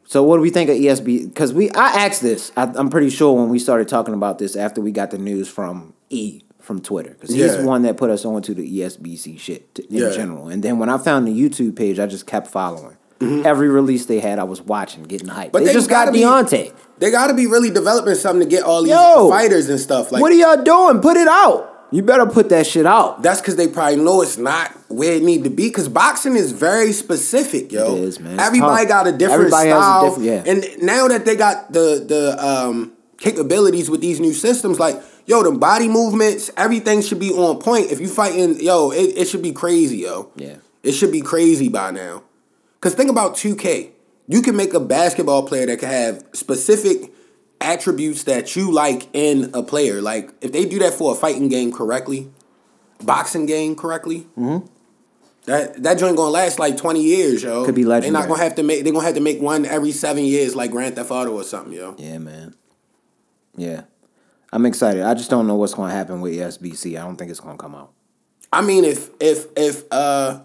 Speaker 2: So what do we think of E ESB? Because we, I asked this. I, I'm pretty sure when we started talking about this after we got the news from E from Twitter, because he's
Speaker 3: Yeah.
Speaker 2: the one that put us on to the E ESBC shit t- in
Speaker 3: Yeah.
Speaker 2: general. And then when I found the YouTube page, I just kept following. Every release they had, I was watching, getting hyped.
Speaker 3: Mm-hmm. But
Speaker 2: But they,
Speaker 3: they
Speaker 2: just got
Speaker 3: gotta be-
Speaker 2: Deontay.
Speaker 3: They got to be really developing something to get all these
Speaker 2: Yo!
Speaker 3: fighters and stuff like.
Speaker 2: what are y'all doing? Put it out. You better put that shit out.
Speaker 3: that's because they probably know it's not where it need to be. Because boxing is very specific, yo.
Speaker 2: It is, man. It's
Speaker 3: Everybody
Speaker 2: tough.
Speaker 3: got a different
Speaker 2: Everybody has a
Speaker 3: style,
Speaker 2: different- yeah.
Speaker 3: And now that they got the the um, capabilities with these new systems, like yo, the body movements, everything should be on point. If you fighting, yo, it, it should be crazy, yo.
Speaker 2: Yeah.
Speaker 3: It should be crazy by now. Cause think about 2K. You can make a basketball player that can have specific attributes that you like in a player. Like if they do that for a fighting game correctly, boxing game correctly,
Speaker 2: Mm-hmm.
Speaker 3: that that joint gonna last like twenty years, yo.
Speaker 2: Could be
Speaker 3: They're not
Speaker 2: legendary.
Speaker 3: gonna have to make. They're gonna have to make one every seven years, like Grand Theft Auto or something, yo.
Speaker 2: Yeah, man. Yeah. I'm excited. I just don't know what's going to happen with E ESBC. I don't think it's going to come out.
Speaker 3: I mean, if if if uh,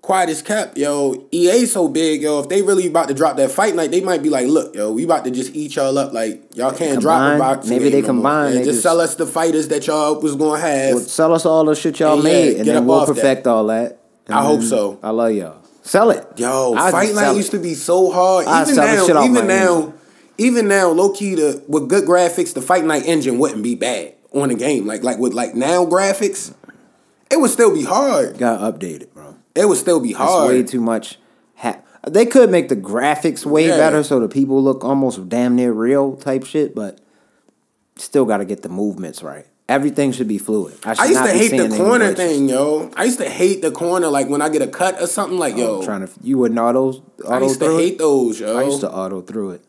Speaker 3: quiet is kept, yo, EA so big, yo. If they really about to drop that fight night, they might be like, look, yo, we about to just eat y'all up. Like y'all can't drop
Speaker 2: combine-
Speaker 3: the boxing.
Speaker 2: maybe
Speaker 3: game
Speaker 2: they
Speaker 3: no
Speaker 2: combine,
Speaker 3: More, man.
Speaker 2: they
Speaker 3: just,
Speaker 2: just-
Speaker 3: sell us the fighters that y'all was gonna have.
Speaker 2: Well, sell us all the shit y'all
Speaker 3: Yeah,
Speaker 2: made,
Speaker 3: yeah,
Speaker 2: and
Speaker 3: get
Speaker 2: then
Speaker 3: up
Speaker 2: we'll
Speaker 3: off that.
Speaker 2: perfect all that. And
Speaker 3: I hope
Speaker 2: then
Speaker 3: so.
Speaker 2: I love y'all. Sell it.
Speaker 3: Yo,
Speaker 2: mm. I'd
Speaker 3: fight night
Speaker 2: sell it.
Speaker 3: used to be so hard.
Speaker 2: I'd
Speaker 3: even
Speaker 2: sell the
Speaker 3: now,
Speaker 2: shit off
Speaker 3: even
Speaker 2: my
Speaker 3: now,
Speaker 2: engine.
Speaker 3: even now, low key the with good graphics, the fight night engine wouldn't be bad on a game. Like like with like now graphics, it would still be hard.
Speaker 2: Got updated, bro.
Speaker 3: It would still be
Speaker 2: It's
Speaker 3: hard.
Speaker 2: way too much. Ha- they could make the graphics way
Speaker 3: Yeah.
Speaker 2: better so the people look almost damn near real type shit, but still got to get the movements right. Everything should be fluid. I, should
Speaker 3: I used
Speaker 2: not
Speaker 3: to
Speaker 2: be
Speaker 3: hate
Speaker 2: seeing
Speaker 3: the
Speaker 2: any
Speaker 3: corner
Speaker 2: glitches.
Speaker 3: thing, yo. I used to hate the corner, like when I get a cut or something, like yo.
Speaker 2: I'm trying to you wouldn't auto
Speaker 3: I
Speaker 2: auto
Speaker 3: used to
Speaker 2: Oh, through
Speaker 3: hate
Speaker 2: it.
Speaker 3: those, yo.
Speaker 2: I used to auto through it.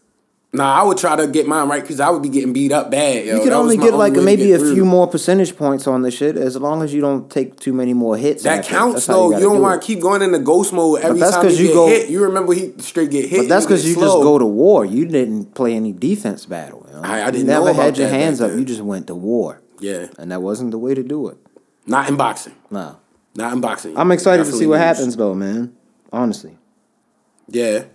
Speaker 3: Nah, I would try to get mine right because I would be getting beat up bad, yo.
Speaker 2: You could
Speaker 3: That was
Speaker 2: only
Speaker 3: my
Speaker 2: get like
Speaker 3: way to
Speaker 2: maybe
Speaker 3: get
Speaker 2: a
Speaker 3: through.
Speaker 2: few more percentage points on this shit as long as you don't take too many more hits.
Speaker 3: That
Speaker 2: after.
Speaker 3: counts
Speaker 2: That's how
Speaker 3: though. You,
Speaker 2: gotta
Speaker 3: don't
Speaker 2: do
Speaker 3: want
Speaker 2: it.
Speaker 3: to keep going into ghost mode every
Speaker 2: that's
Speaker 3: time you,
Speaker 2: 'cause you
Speaker 3: get
Speaker 2: go-
Speaker 3: hit. You remember he straight get hit.
Speaker 2: But that's
Speaker 3: because
Speaker 2: because you just go to war. You didn't play any defense battle. you know?
Speaker 3: I- I didn't
Speaker 2: You
Speaker 3: know
Speaker 2: never
Speaker 3: about
Speaker 2: had your
Speaker 3: that back
Speaker 2: hands up.
Speaker 3: then.
Speaker 2: You just went to war.
Speaker 3: Yeah,
Speaker 2: And that wasn't the way to do it.
Speaker 3: not in boxing.
Speaker 2: No.
Speaker 3: Not in boxing.
Speaker 2: I'm excited to
Speaker 3: Definitely
Speaker 2: see what
Speaker 3: lose.
Speaker 2: happens though, man. Honestly.
Speaker 3: Yeah.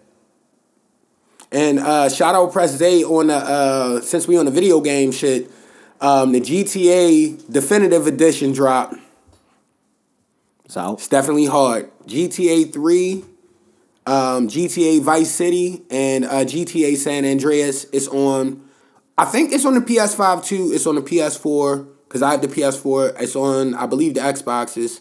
Speaker 3: And uh, shout out Press Day on the uh, since we on the video game shit, um, the GTA Definitive Edition drop.
Speaker 2: It's out.
Speaker 3: It's definitely hard. GTA Three, um, GTA Vice City, and uh, GTA San Andreas. It's on. I think it's on the PS5 too. It's on the PS4 because I have the PS4. It's on, I believe, the Xboxes.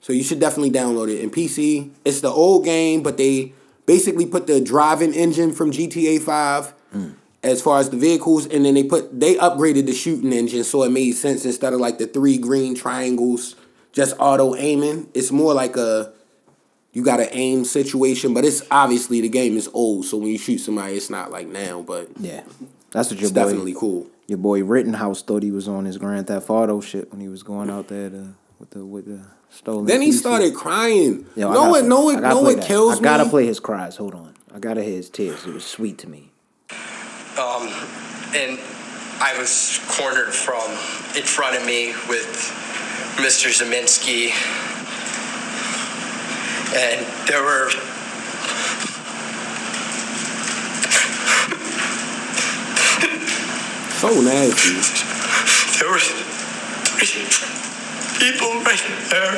Speaker 3: So you should definitely download it. And PC, it's the old game, but they basically put the driving engine from GTA 5
Speaker 2: Mm.
Speaker 3: as far as the vehicles, and then they put they upgraded the shooting engine so it made sense instead of like the three green triangles just auto aiming. It's more like a you got to aim situation, but it's obviously the game is old, so when you shoot somebody, it's not like now, but
Speaker 2: Yeah. That's what your
Speaker 3: it's
Speaker 2: boy
Speaker 3: definitely cool.
Speaker 2: your boy Rittenhouse thought he was on his Grand Theft Auto shit when he was going out there to, with the with the stolen.
Speaker 3: Then he
Speaker 2: pieces.
Speaker 3: started crying.
Speaker 2: Yo, I
Speaker 3: no
Speaker 2: gotta
Speaker 3: one,
Speaker 2: play-
Speaker 3: no
Speaker 2: I
Speaker 3: one,
Speaker 2: gotta
Speaker 3: no
Speaker 2: play
Speaker 3: one
Speaker 2: that.
Speaker 3: kills
Speaker 2: I gotta
Speaker 3: me.
Speaker 2: play his cries. Hold on. I gotta hear his tears. It was sweet to me.
Speaker 4: um, and I was cornered from in front of me with Mr. Zeminski, and there were. (laughs)
Speaker 3: So nasty.
Speaker 4: There were three people right there.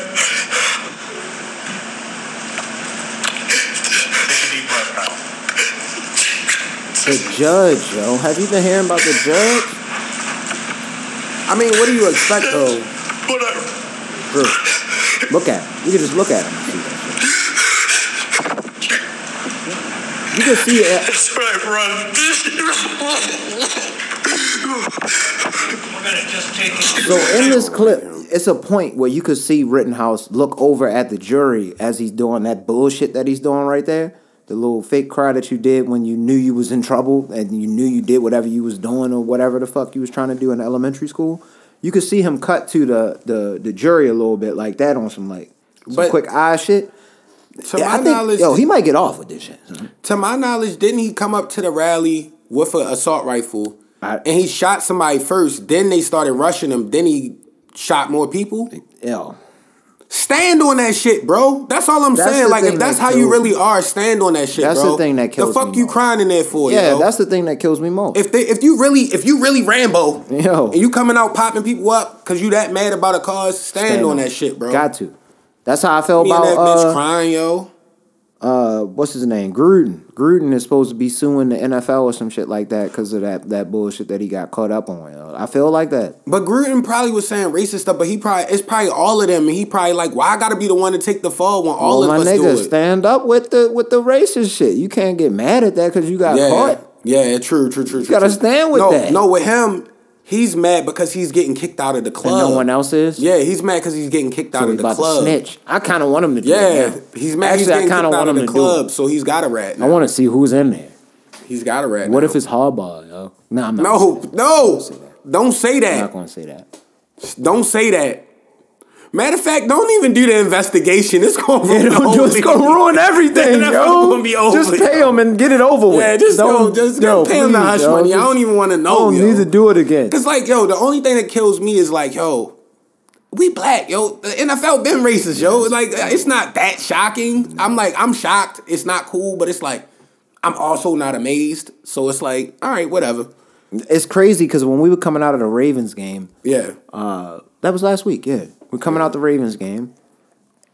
Speaker 2: The judge, yo. Have you been hearing about the judge?
Speaker 3: I mean, what do you expect though?
Speaker 4: What I,
Speaker 2: Bro, Look at him. You can just look at him and see that shit. You can see it.
Speaker 4: that's what I run. (laughs) We're gonna just take
Speaker 2: So in this clip, it's a point where you could see Rittenhouse look over at the jury as he's doing that bullshit that he's doing right there. The little fake cry that you did when you knew you was in trouble and you knew you did whatever you was doing or whatever the fuck you was trying to do in elementary school. You could see him cut to the the, the jury a little bit like that on some like some
Speaker 3: But-
Speaker 2: quick eye shit.
Speaker 3: To
Speaker 2: Yeah,
Speaker 3: my
Speaker 2: I think
Speaker 3: knowledge,
Speaker 2: yo, he might get off with this shit. son.
Speaker 3: to my knowledge, didn't he come up to the rally with an assault rifle
Speaker 2: I-
Speaker 3: and he shot somebody first? Then they started rushing him. Then he shot more people.
Speaker 2: Yo,
Speaker 3: Stand on that shit, bro. That's all I'm
Speaker 2: That's
Speaker 3: saying.
Speaker 2: the
Speaker 3: Like, if
Speaker 2: thing
Speaker 3: that's
Speaker 2: that
Speaker 3: how you
Speaker 2: kills
Speaker 3: really
Speaker 2: me.
Speaker 3: are, stand on that shit,
Speaker 2: That's
Speaker 3: bro.
Speaker 2: the thing that kills
Speaker 3: The fuck
Speaker 2: me
Speaker 3: you
Speaker 2: most.
Speaker 3: crying in there for?
Speaker 2: yeah,
Speaker 3: Oh, yo?
Speaker 2: that's the thing that kills me most.
Speaker 3: If they, if you really, if you really Rambo,
Speaker 2: Yo.
Speaker 3: and you coming out popping people up because you that mad about a cause, stand, on, that shit, bro.
Speaker 2: Got to. That's how I felt
Speaker 3: Me and
Speaker 2: about
Speaker 3: that bitch
Speaker 2: uh,
Speaker 3: crying, yo.
Speaker 2: uh, what's his name? Gruden. Gruden is supposed to be suing the NFL or some shit like that because of that that bullshit that he got caught up on. yo. I feel like that.
Speaker 3: But Gruden probably was saying racist stuff, but he probably it's probably all of them, and he probably like, why I gotta be the one to take the fall when all of
Speaker 2: Well, my
Speaker 3: us
Speaker 2: nigga,
Speaker 3: do it?
Speaker 2: stand up with the with the racist shit. You can't get mad at that because you got
Speaker 3: yeah,
Speaker 2: caught.
Speaker 3: yeah, true, true, true. You
Speaker 2: gotta stand with
Speaker 3: no,
Speaker 2: that.
Speaker 3: No, with him, He's mad because he's getting kicked out of the club.
Speaker 2: no one else is?
Speaker 3: Yeah, he's mad because he's getting kicked out
Speaker 2: So
Speaker 3: of
Speaker 2: he's
Speaker 3: the
Speaker 2: about
Speaker 3: club.
Speaker 2: to snitch. I kind of want him to do
Speaker 3: Yeah,
Speaker 2: it. now.
Speaker 3: he's mad. he's
Speaker 2: Actually, I
Speaker 3: getting kicked
Speaker 2: kind of
Speaker 3: out
Speaker 2: want
Speaker 3: of
Speaker 2: him
Speaker 3: the
Speaker 2: to
Speaker 3: club,
Speaker 2: do
Speaker 3: so he's got a rat.
Speaker 2: it. I want to see who's in there.
Speaker 3: He's got a rat.
Speaker 2: What
Speaker 3: now.
Speaker 2: if it's Harbaugh, yo? Nah, I'm not.
Speaker 3: no, no? Don't say
Speaker 2: I'm
Speaker 3: that.
Speaker 2: not gonna say that.
Speaker 3: Don't say that. Matter of fact, don't even do the investigation. It's gonna
Speaker 2: (laughs)
Speaker 3: ruin the whole thing. (laughs)
Speaker 2: everything,
Speaker 3: That's yo. gonna be over,
Speaker 2: Just pay
Speaker 3: yo.
Speaker 2: him and get it over with.
Speaker 3: Yeah, just
Speaker 2: Don't-
Speaker 3: go, just
Speaker 2: yo,
Speaker 3: go pay him the
Speaker 2: please,
Speaker 3: hush
Speaker 2: yo.
Speaker 3: money. I
Speaker 2: Just-
Speaker 3: don't even want to
Speaker 2: I
Speaker 3: know.
Speaker 2: don't
Speaker 3: yo.
Speaker 2: need to do it again.
Speaker 3: Cause like yo, the only thing that kills me is like yo, we black yo. The NFL been racist yo. Like uh, it's not that shocking. I'm like I'm shocked. It's not cool, but it's like I'm also not amazed. So it's like all right, whatever.
Speaker 2: It's crazy because when we were coming out of the Ravens game,
Speaker 3: Yeah,
Speaker 2: uh, that was last week. Yeah, we're coming out the Ravens game,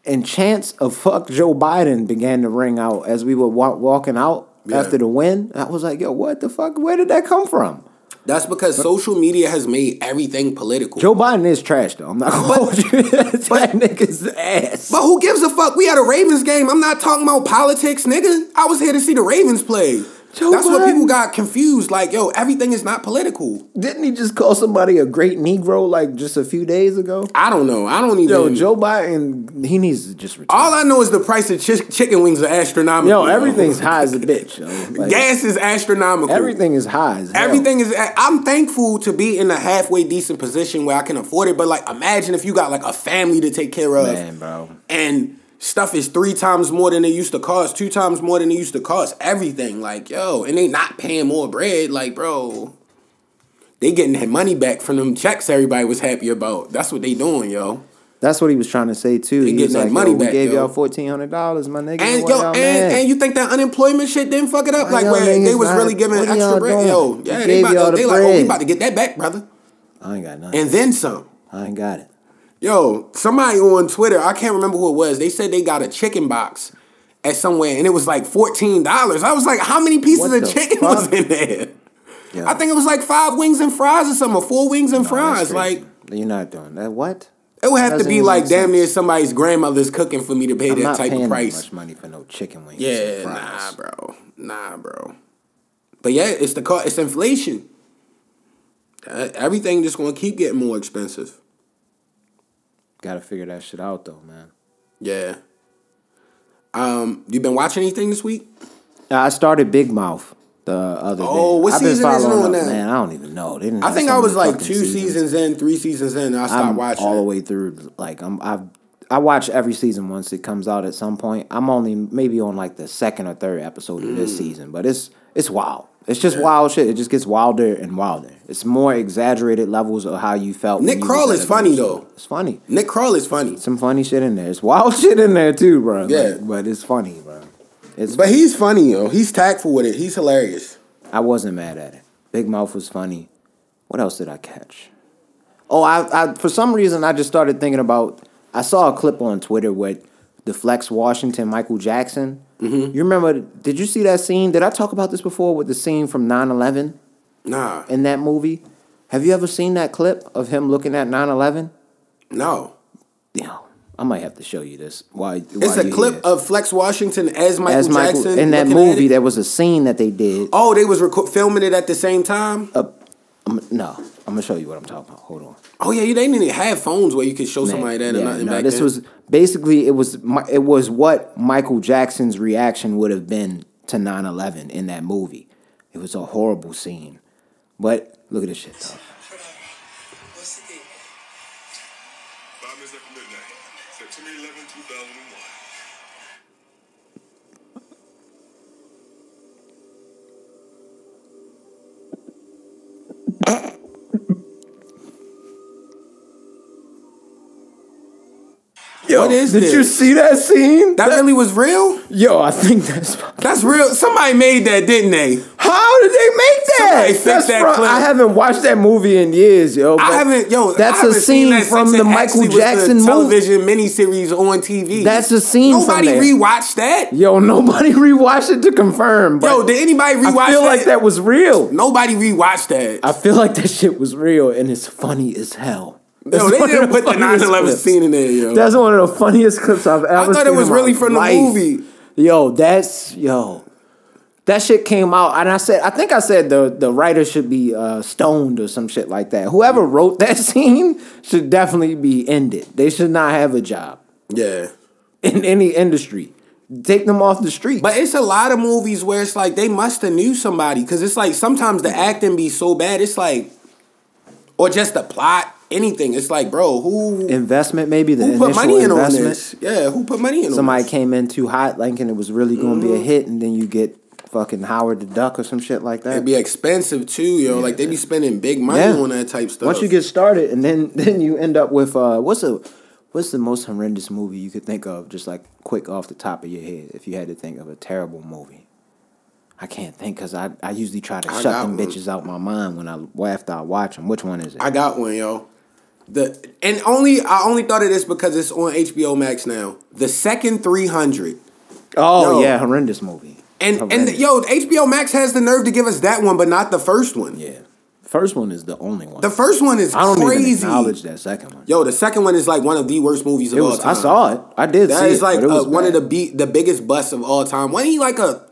Speaker 2: and chants of "fuck Joe Biden" began to ring out as we were wa- walking out
Speaker 3: Yeah.
Speaker 2: after the win. I was like, "Yo, what the fuck? Where did that come from?"
Speaker 3: that's because social media has made everything political.
Speaker 2: Joe Biden is trash, though. I'm not gonna hold you. (laughs) That's that nigga's ass.
Speaker 3: but who gives a fuck? We had a Ravens game. I'm not talking about politics, nigga. I was here to see the Ravens play.
Speaker 2: Joe
Speaker 3: That's what
Speaker 2: Biden-
Speaker 3: people got confused. Like, yo, everything is not political.
Speaker 2: Didn't he just call somebody a great Negro like just a few days ago?
Speaker 3: I don't know. I don't even.
Speaker 2: Yo, Joe Biden, he needs to just retire.
Speaker 3: All I know is the price of chi- chicken wings are astronomical.
Speaker 2: Yo, everything's high as a bitch. Yo. Like,
Speaker 3: Gas is astronomical.
Speaker 2: everything is high as hell.
Speaker 3: Everything is. I'm thankful to be in a halfway decent position where I can afford it. But like, imagine if you got like a family to take care of,
Speaker 2: Man, bro.
Speaker 3: and stuff is three times more than it used to cost, two times more than it used to cost. Everything, like yo, and they not paying more bread, like bro. They getting their money back from them checks everybody was happy about. That's what they doing, yo.
Speaker 2: That's what he was trying to say too. He
Speaker 3: getting
Speaker 2: was
Speaker 3: that
Speaker 2: like,
Speaker 3: money
Speaker 2: yo, we
Speaker 3: back,
Speaker 2: gave
Speaker 3: yo.
Speaker 2: y'all fourteen hundred dollars, my nigga.
Speaker 3: And
Speaker 2: What
Speaker 3: yo,
Speaker 2: y'all
Speaker 3: and,
Speaker 2: mad?
Speaker 3: and you think that unemployment shit didn't fuck it up?
Speaker 2: Why
Speaker 3: Like
Speaker 2: y'all
Speaker 3: where they
Speaker 2: niggas
Speaker 3: was
Speaker 2: not-
Speaker 3: really giving
Speaker 2: what are
Speaker 3: extra
Speaker 2: y'all
Speaker 3: bread.
Speaker 2: doing?
Speaker 3: Yo,
Speaker 2: We
Speaker 3: yeah, they,
Speaker 2: gave
Speaker 3: about
Speaker 2: y'all
Speaker 3: to,
Speaker 2: the
Speaker 3: they like, oh, we
Speaker 2: bread.
Speaker 3: about to get that back, brother.
Speaker 2: I ain't got nothing.
Speaker 3: And then some.
Speaker 2: I ain't got it.
Speaker 3: Yo, somebody on Twitter, I can't remember who it was, they said they got a chicken box at somewhere and it was like $14. I was like, how many pieces
Speaker 2: What
Speaker 3: of
Speaker 2: the
Speaker 3: chicken
Speaker 2: fuck?
Speaker 3: was in there?
Speaker 2: Yo,
Speaker 3: I think it was like five wings and fries or something, or four wings and
Speaker 2: no, that's
Speaker 3: fries.
Speaker 2: crazy.
Speaker 3: Like,
Speaker 2: you're not doing that. What?
Speaker 3: it would have to
Speaker 2: Doesn't
Speaker 3: be
Speaker 2: even
Speaker 3: like
Speaker 2: make
Speaker 3: damn
Speaker 2: sense.
Speaker 3: near somebody's grandmother's cooking for me to pay
Speaker 2: I'm
Speaker 3: that
Speaker 2: not
Speaker 3: type
Speaker 2: paying
Speaker 3: of
Speaker 2: that
Speaker 3: price.
Speaker 2: much money for no chicken wings. and
Speaker 3: Yeah, nah,
Speaker 2: fries.
Speaker 3: bro. Nah, bro. But yeah, it's the cost. It's inflation. Uh, Everything just gonna keep getting more expensive.
Speaker 2: Gotta figure that shit out though, man.
Speaker 3: Yeah. Um, you been watching anything this week?
Speaker 2: Now, I started Big Mouth the other day.
Speaker 3: Oh, what
Speaker 2: I've been
Speaker 3: season is it
Speaker 2: following
Speaker 3: on
Speaker 2: up,
Speaker 3: now?
Speaker 2: Man, I don't even know. They didn't
Speaker 3: I
Speaker 2: have
Speaker 3: think
Speaker 2: so
Speaker 3: I was
Speaker 2: many
Speaker 3: like
Speaker 2: fucking
Speaker 3: two seasons in, three seasons in, and I stopped
Speaker 2: I'm
Speaker 3: watching.
Speaker 2: all the way through. Like I'm, I've, I watch every season once it comes out at some point. I'm only maybe on like the second or third episode of
Speaker 3: Mm.
Speaker 2: this season, but it's it's wild. It's just wild shit. It just gets wilder and wilder. It's more exaggerated levels of how you felt. when
Speaker 3: Nick
Speaker 2: you was
Speaker 3: Kroll
Speaker 2: at
Speaker 3: is
Speaker 2: a
Speaker 3: funny,
Speaker 2: grocery store.
Speaker 3: though.
Speaker 2: It's funny.
Speaker 3: Nick Kroll is funny,
Speaker 2: Some funny shit in there. It's wild (laughs) shit in there too, bro. Like,
Speaker 3: Yeah.
Speaker 2: but it's funny, bro. It's
Speaker 3: but he's funny yo. He's tactful with it. He's hilarious.
Speaker 2: I wasn't mad at it. Big Mouth was funny. What else did I catch? Oh, I, I for some reason I just started thinking about. I saw a clip on Twitter with the Flex Washington, Michael Jackson.
Speaker 3: Mm-hmm.
Speaker 2: You remember? Did you see that scene? Did I talk about this before with the scene from 9-11
Speaker 3: Nah,
Speaker 2: in that movie? Have you ever seen that clip of him looking at 9-11?
Speaker 3: no.
Speaker 2: Yeah, I might have to show you this. Why?
Speaker 3: It's a clip of Flex Washington as Michael
Speaker 2: as Michael
Speaker 3: Jackson
Speaker 2: in that
Speaker 3: looking at
Speaker 2: movie.
Speaker 3: it.
Speaker 2: There was a scene that they did.
Speaker 3: oh, they was reco- filming it at the same time.
Speaker 2: I'm, no, I'm gonna show you what I'm talking about. Hold on.
Speaker 3: Oh yeah, you they didn't even have phones where you could show somebody that or
Speaker 2: Yeah,
Speaker 3: nothing
Speaker 2: no,
Speaker 3: back
Speaker 2: this
Speaker 3: then.
Speaker 2: was basically it was Mi- it was what Michael Jackson's reaction would have been to 9/11 in that movie. It was a horrible scene, but look at this shit though.
Speaker 5: What's the deal?
Speaker 6: Five minutes after midnight, September 11, 2001.
Speaker 2: Yo,
Speaker 3: What is
Speaker 2: did you
Speaker 3: this?
Speaker 2: see that scene?
Speaker 3: that really was real.
Speaker 2: Yo, I think that's
Speaker 3: That's real. Somebody made that, didn't they?
Speaker 2: how did they make that?
Speaker 3: Somebody fix
Speaker 2: That's
Speaker 3: that
Speaker 2: from-
Speaker 3: clip.
Speaker 2: I haven't watched that movie in years, yo.
Speaker 3: I
Speaker 2: but
Speaker 3: haven't. Yo,
Speaker 2: that's
Speaker 3: I haven't
Speaker 2: a
Speaker 3: seen
Speaker 2: scene
Speaker 3: that
Speaker 2: from
Speaker 3: since
Speaker 2: the
Speaker 3: it actually
Speaker 2: Michael
Speaker 3: was the
Speaker 2: Jackson movie.
Speaker 3: television miniseries on TV.
Speaker 2: That's a scene from
Speaker 3: Nobody
Speaker 2: there.
Speaker 3: rewatched that.
Speaker 2: Yo, nobody (laughs) rewatched it to confirm. But
Speaker 3: Yo, did anybody rewatch
Speaker 2: I feel like that was real.
Speaker 3: Nobody rewatched that.
Speaker 2: I feel like that shit was real and it's funny as hell.
Speaker 3: yo,
Speaker 2: It's
Speaker 3: they
Speaker 2: one of
Speaker 3: didn't put the
Speaker 2: funniest
Speaker 3: 9/11
Speaker 2: clips.
Speaker 3: scene in there. Yo,
Speaker 2: That's one of the funniest clips I've ever seen.
Speaker 3: I thought it
Speaker 2: in
Speaker 3: was
Speaker 2: my
Speaker 3: really from the
Speaker 2: life.
Speaker 3: movie.
Speaker 2: Yo, that's yo. That shit came out, and I said, I think I said the the writer should be uh, stoned or some shit like that. Whoever wrote that (laughs) scene should definitely be ended. They should not have a job
Speaker 3: Yeah.
Speaker 2: in any industry. Take them off the street.
Speaker 3: But it's a lot of movies where it's like they must have knew somebody because it's like sometimes the acting be so bad. It's like, or just the plot, anything. It's like, bro, who
Speaker 2: investment, maybe the
Speaker 3: who
Speaker 2: initial
Speaker 3: put money in on
Speaker 2: investment.
Speaker 3: this? Yeah, who put money in
Speaker 2: Somebody
Speaker 3: on this?
Speaker 2: came in too hot, thinking it was really going to be
Speaker 3: Mm-hmm.
Speaker 2: a hit, and then you get fucking Howard the Duck or some shit like that.
Speaker 3: It'd be expensive too, yo. like they be spending big money
Speaker 2: Yeah.
Speaker 3: on that type stuff.
Speaker 2: Once you get started, and then (laughs) then you end up with uh, what's a what's the most horrendous movie you could think of, just like quick off the top of your head, if you had to think of a terrible movie. I can't think because I, I usually try to
Speaker 3: I
Speaker 2: shut
Speaker 3: got
Speaker 2: them
Speaker 3: one.
Speaker 2: bitches out my mind when I well, after I watch them. Which one is it?
Speaker 3: I got one, yo. The and only I only thought of this because it's on HBO Max now. The second three hundred.
Speaker 2: oh
Speaker 3: Yo.
Speaker 2: yeah, horrendous movie.
Speaker 3: And and
Speaker 2: Horrendous.
Speaker 3: yo, HBO Max has the nerve to give us that one, but not the first one.
Speaker 2: yeah, first one is the only one.
Speaker 3: The first one is
Speaker 2: I don't
Speaker 3: crazy.
Speaker 2: even acknowledge that second one.
Speaker 3: Yo, the second one is like one of the worst movies of
Speaker 2: it was
Speaker 3: all time.
Speaker 2: I saw it. I did
Speaker 3: That
Speaker 2: see
Speaker 3: is
Speaker 2: it.
Speaker 3: like
Speaker 2: but it was
Speaker 3: uh, one of
Speaker 2: bad.
Speaker 3: the be- the biggest busts of all time. Wasn't he like a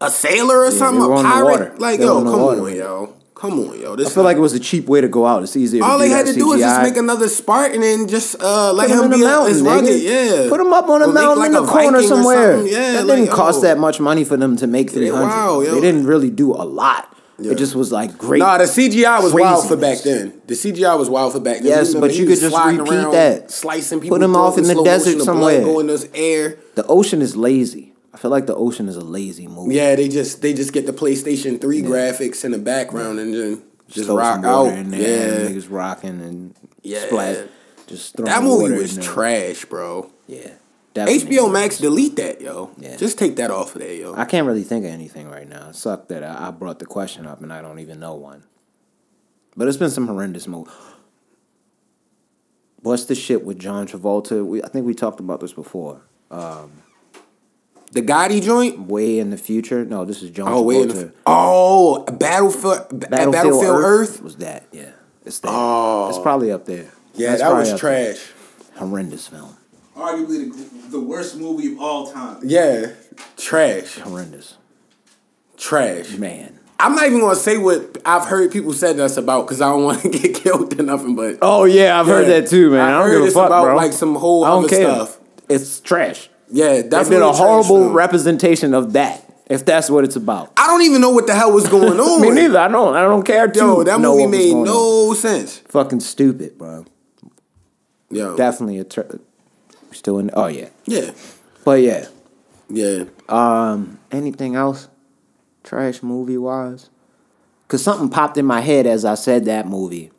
Speaker 3: a sailor or something?
Speaker 2: they
Speaker 3: A
Speaker 2: were on the
Speaker 3: pirate?
Speaker 2: water.
Speaker 3: Like
Speaker 2: They were
Speaker 3: yo,
Speaker 2: on the
Speaker 3: come
Speaker 2: water.
Speaker 3: on, yo, come on, yo.
Speaker 2: I
Speaker 3: This
Speaker 2: feel like it was a cheap way to go out. It's easier.
Speaker 3: all
Speaker 2: to
Speaker 3: they
Speaker 2: do
Speaker 3: had
Speaker 2: that
Speaker 3: to do is just
Speaker 2: CGI.
Speaker 3: make another Spartan and just uh, let
Speaker 2: Put him
Speaker 3: him,
Speaker 2: in the
Speaker 3: be
Speaker 2: mountain,
Speaker 3: his
Speaker 2: nigga.
Speaker 3: rugged. Yeah,
Speaker 2: Put him up on a
Speaker 3: Or make
Speaker 2: mountain
Speaker 3: like
Speaker 2: in
Speaker 3: a
Speaker 2: the corner
Speaker 3: Viking or
Speaker 2: somewhere.
Speaker 3: something. Yeah,
Speaker 2: that
Speaker 3: like, oh.
Speaker 2: didn't cost
Speaker 3: yo.
Speaker 2: that much money for them to make three hundred.
Speaker 3: wow, yo.
Speaker 2: They didn't really do a lot.
Speaker 3: Yo.
Speaker 2: It just was like great.
Speaker 3: Nah, the CGI was wild for back
Speaker 2: craziness.
Speaker 3: then. The CGI was wild for back then.
Speaker 2: Yes,
Speaker 3: remember
Speaker 2: but
Speaker 3: he
Speaker 2: you
Speaker 3: was
Speaker 2: could just
Speaker 3: sliding
Speaker 2: repeat that.
Speaker 3: slicing
Speaker 2: Put
Speaker 3: people.
Speaker 2: him off in the desert somewhere.
Speaker 3: going this air.
Speaker 2: The ocean is lazy. I feel like the ocean is a lazy movie.
Speaker 3: Yeah, they just they just get the PlayStation Three graphics in the background and then just
Speaker 2: throw
Speaker 3: rock
Speaker 2: some water
Speaker 3: out.
Speaker 2: in
Speaker 3: yeah,
Speaker 2: there. Niggas rocking and
Speaker 3: Yeah.
Speaker 2: splat. Just throwing
Speaker 3: that
Speaker 2: water
Speaker 3: movie
Speaker 2: in
Speaker 3: was
Speaker 2: there.
Speaker 3: trash, bro.
Speaker 2: Yeah, definitely.
Speaker 3: HBO Max, delete that, yo.
Speaker 2: Yeah.
Speaker 3: Just take that off of there, yo.
Speaker 2: I can't really think of anything right now. It sucked that I, I brought the question up and I don't even know one. But it's been some horrendous movies. What's the shit with John Travolta? We, I think we talked about this before.
Speaker 3: the Gotti joint.
Speaker 2: Way in the future? No, this is John
Speaker 3: Oh
Speaker 2: Travolta.
Speaker 3: wait, the, oh Battlefield, Battlefield, Battlefield Earth.
Speaker 2: was that? Yeah, it's that.
Speaker 3: Oh.
Speaker 2: It's probably up there.
Speaker 3: Yeah,
Speaker 2: That's
Speaker 3: that
Speaker 2: probably
Speaker 3: was
Speaker 2: up there.
Speaker 3: trash.
Speaker 2: Horrendous film.
Speaker 7: Arguably the, the worst movie of all time.
Speaker 3: Yeah, trash,
Speaker 2: Horrendous.
Speaker 3: trash.
Speaker 2: Man.
Speaker 3: I'm not even gonna say what I've heard people say that's about because I don't (laughs) want to get killed or nothing. But
Speaker 2: Oh yeah, I've heard
Speaker 3: Yeah.
Speaker 2: that too, man. I,
Speaker 3: I
Speaker 2: don't
Speaker 3: heard
Speaker 2: give a
Speaker 3: it's
Speaker 2: fuck,
Speaker 3: about,
Speaker 2: bro.
Speaker 3: like, some whole
Speaker 2: I don't
Speaker 3: other
Speaker 2: care.
Speaker 3: stuff.
Speaker 2: It's trash.
Speaker 3: yeah,
Speaker 2: That's
Speaker 3: that's
Speaker 2: been a horrible representation of that. If that's what it's about.
Speaker 3: I don't even know what the hell
Speaker 2: (laughs)
Speaker 3: was going on.
Speaker 2: Me neither. I don't. I don't care. To
Speaker 3: Yo, that
Speaker 2: know
Speaker 3: movie
Speaker 2: what was
Speaker 3: made
Speaker 2: going on.
Speaker 3: no sense.
Speaker 2: fucking stupid, bro.
Speaker 3: Yo,
Speaker 2: Definitely a. Ter- still in. Oh yeah,
Speaker 3: yeah,
Speaker 2: but yeah.
Speaker 3: yeah.
Speaker 2: Anything else? Trash movie wise, because something popped in my head as I said that movie.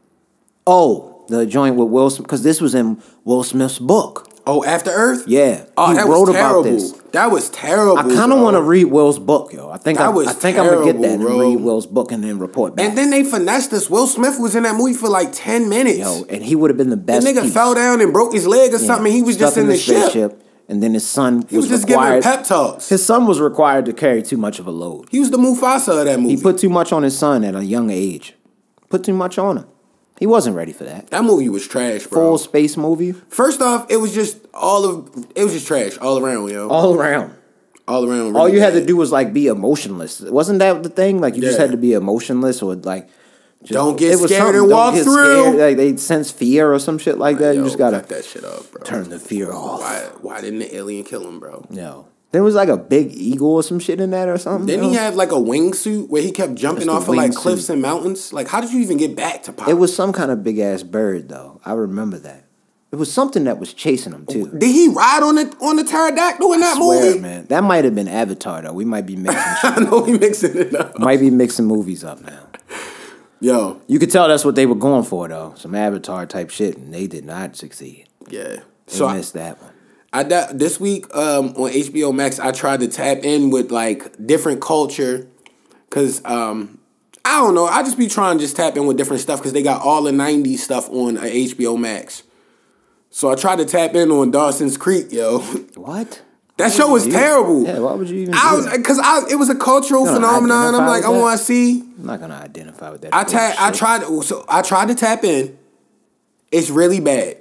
Speaker 2: Oh, the joint with Will Smith, because this was in Will Smith's book.
Speaker 3: Oh, After Earth.
Speaker 2: Yeah,
Speaker 3: Oh,
Speaker 2: he
Speaker 3: that
Speaker 2: wrote
Speaker 3: was terrible.
Speaker 2: about this.
Speaker 3: That was terrible.
Speaker 2: I kind of
Speaker 3: bro.
Speaker 2: want to read Will's book, yo. I think
Speaker 3: That
Speaker 2: I,
Speaker 3: was
Speaker 2: I think I'm gonna get that and
Speaker 3: terrible, bro.
Speaker 2: read Will's book and then report back.
Speaker 3: And then they finessed us. Will Smith was in that movie for like ten minutes.
Speaker 2: yo, and he would have been the
Speaker 3: the
Speaker 2: best.
Speaker 3: nigga
Speaker 2: piece.
Speaker 3: fell down and broke his leg or
Speaker 2: Yeah.
Speaker 3: something. He was
Speaker 2: Stuck
Speaker 3: just in the, ship.
Speaker 2: and then his son
Speaker 3: He was, just
Speaker 2: required,
Speaker 3: giving pep talks.
Speaker 2: His son was required to carry too much of a load.
Speaker 3: he was the Mufasa of that movie.
Speaker 2: He put too much on his son at a young age. Put too much on him. He wasn't ready for that.
Speaker 3: that movie was trash, bro.
Speaker 2: Full space movie,
Speaker 3: First off, it was just all of it was just trash all around, yo. All,
Speaker 2: all around.
Speaker 3: around.
Speaker 2: All
Speaker 3: really
Speaker 2: you had
Speaker 3: bad.
Speaker 2: to do was like be emotionless. Wasn't that the thing? Like you just
Speaker 3: Yeah.
Speaker 2: had to be emotionless or like. Just,
Speaker 3: Don't get
Speaker 2: it was
Speaker 3: scared
Speaker 2: something,
Speaker 3: and
Speaker 2: don't
Speaker 3: walk
Speaker 2: get
Speaker 3: through.
Speaker 2: scared, Like they sense fear or some shit like that.
Speaker 3: Yo,
Speaker 2: you just gotta
Speaker 3: cut that shit up, bro.
Speaker 2: turn the fear off.
Speaker 3: Why? Why didn't the alien kill him, bro?
Speaker 2: No, there was like a big eagle or some shit in that or something.
Speaker 3: Didn't
Speaker 2: yo.
Speaker 3: he have like a wingsuit where he kept jumping
Speaker 2: Just a
Speaker 3: off of like cliffs
Speaker 2: wingsuit.
Speaker 3: and mountains? Like, how did you even get back to pop?
Speaker 2: It was some kind of big ass bird though. I remember that. It was something that was chasing him too.
Speaker 3: Did he ride on the on the pterodactyl in that
Speaker 2: I swear,
Speaker 3: movie?
Speaker 2: man. That might have been Avatar though. We might be mixing shit.
Speaker 3: (laughs) I know we mixing it up.
Speaker 2: might be mixing movies up now.
Speaker 3: Yo,
Speaker 2: You could tell that's what they were going for though. Some Avatar type shit, and they did not succeed.
Speaker 3: yeah.
Speaker 2: They
Speaker 3: So I,
Speaker 2: missed that one.
Speaker 3: I da- this week um, on HBO Max, I tried to tap in with like different culture, cause um, I don't know. I just be trying to just tap in with different stuff because they got all the '90s stuff on uh, HBO Max. So I tried to tap in on Dawson's Creek, yo. (laughs)
Speaker 2: What?
Speaker 3: That show was
Speaker 2: You-
Speaker 3: terrible.
Speaker 2: Yeah, why would you even?
Speaker 3: I
Speaker 2: do
Speaker 3: was
Speaker 2: that?
Speaker 3: because I it was a cultural
Speaker 2: You don't
Speaker 3: phenomenon. I'm
Speaker 2: identify
Speaker 3: like, I
Speaker 2: with that?
Speaker 3: want to see.
Speaker 2: I'm not gonna identify with that.
Speaker 3: I ta- I
Speaker 2: bullshit.
Speaker 3: tried so I tried to tap in. It's really bad,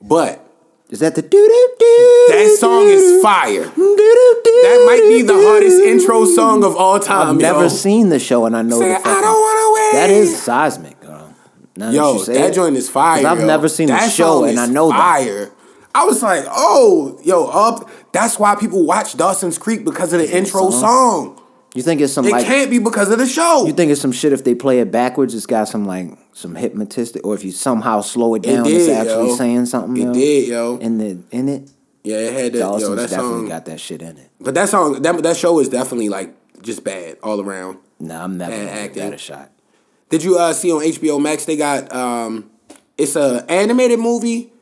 Speaker 3: but
Speaker 2: Is that the doo doo doo? (laughs)
Speaker 3: That song is fire. That might be the hardest intro song of all time.
Speaker 2: I've never
Speaker 3: yo.
Speaker 2: seen the show, and I know
Speaker 3: oh. Say, I
Speaker 2: the fucking-
Speaker 3: don't wanna wait.
Speaker 2: That is seismic. Girl. Now
Speaker 3: Yo,
Speaker 2: you say
Speaker 3: that
Speaker 2: it.
Speaker 3: joint is fire.
Speaker 2: 'Cause I've
Speaker 3: yo.
Speaker 2: never seen the
Speaker 3: That
Speaker 2: show,
Speaker 3: song
Speaker 2: and I
Speaker 3: is
Speaker 2: know that.
Speaker 3: fire. I was like, oh, yo, up. That's why people watch Dawson's Creek because of the intro
Speaker 2: song?
Speaker 3: song.
Speaker 2: You think it's some
Speaker 3: It
Speaker 2: like
Speaker 3: can't be because of the show.
Speaker 2: you think it's some shit if they play it backwards? It's got some like some hypnotistic, or if you somehow slow it
Speaker 3: It
Speaker 2: down, it's
Speaker 3: did,
Speaker 2: actually
Speaker 3: yo.
Speaker 2: saying something.
Speaker 3: It
Speaker 2: yo.
Speaker 3: did, yo.
Speaker 2: In the in it,
Speaker 3: yeah, it had that.
Speaker 2: Dawson's
Speaker 3: yo, that
Speaker 2: definitely
Speaker 3: song.
Speaker 2: got that shit in it.
Speaker 3: but that song, that that show is definitely like just bad all around.
Speaker 2: Nah, I'm never
Speaker 3: Bad
Speaker 2: gonna give that
Speaker 3: acting.
Speaker 2: a shot.
Speaker 3: Did you uh, see on HBO Max? They got um, it's a animated movie,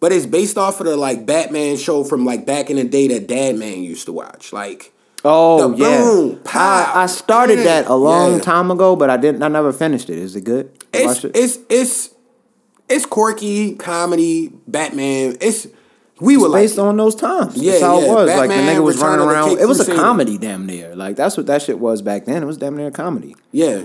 Speaker 3: but it's based off of the like Batman show from like back in the day that Dad Man used to watch. Like,
Speaker 2: Oh
Speaker 3: The
Speaker 2: yeah,
Speaker 3: boom, pow,
Speaker 2: I, I started
Speaker 3: yeah,
Speaker 2: that a long
Speaker 3: yeah.
Speaker 2: time ago, but I didn't. I never finished it. Is it good? You
Speaker 3: it's
Speaker 2: watched it?
Speaker 3: it's it's it's quirky comedy Batman. It's we were like
Speaker 2: based on those times.
Speaker 3: Yeah,
Speaker 2: That's how it
Speaker 3: yeah.
Speaker 2: was. like the
Speaker 3: Batman,
Speaker 2: nigga was
Speaker 3: Return
Speaker 2: running
Speaker 3: of the
Speaker 2: around.
Speaker 3: Caped
Speaker 2: It was a
Speaker 3: Crusader.
Speaker 2: comedy, damn near. Like that's what that shit was back then. It was damn near a comedy.
Speaker 3: yeah.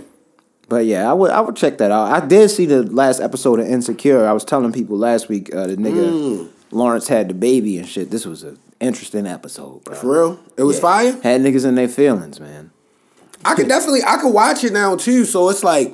Speaker 2: But yeah, I would I would check that out. I did see the last episode of Insecure. I was telling people last week uh, the
Speaker 3: Mm.
Speaker 2: nigga Lawrence had the baby and shit. This was an interesting episode, bro.
Speaker 3: For real, it was
Speaker 2: Yeah.
Speaker 3: fire.
Speaker 2: Had niggas in their feelings, man.
Speaker 3: I could definitely I could watch it now too. So it's like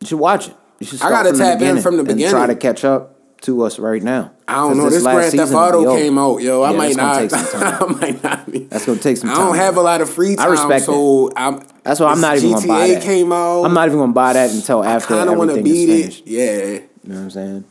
Speaker 2: You should watch it. You should
Speaker 3: I
Speaker 2: start
Speaker 3: gotta
Speaker 2: from the
Speaker 3: tap in
Speaker 2: beginning
Speaker 3: from the
Speaker 2: and try
Speaker 3: beginning.
Speaker 2: to catch up to us right now.
Speaker 3: I don't
Speaker 2: 'Cause
Speaker 3: know. This,
Speaker 2: last
Speaker 3: Grand Theft
Speaker 2: season will be
Speaker 3: Auto
Speaker 2: over.
Speaker 3: came out, yo. I
Speaker 2: Yeah,
Speaker 3: might
Speaker 2: that's gonna
Speaker 3: not.
Speaker 2: take
Speaker 3: (laughs)
Speaker 2: some time.
Speaker 3: I might not. Be.
Speaker 2: That's gonna take some
Speaker 3: I don't
Speaker 2: time.
Speaker 3: have a lot of free time.
Speaker 2: I respect
Speaker 3: so I'm,
Speaker 2: That's why I'm
Speaker 3: this
Speaker 2: not even gonna buy
Speaker 3: GTA
Speaker 2: that.
Speaker 3: came out.
Speaker 2: I'm not even gonna buy that until after
Speaker 3: Kind of want to
Speaker 2: everything
Speaker 3: beat
Speaker 2: is
Speaker 3: it.
Speaker 2: finished.
Speaker 3: Yeah.
Speaker 2: You know what I'm saying?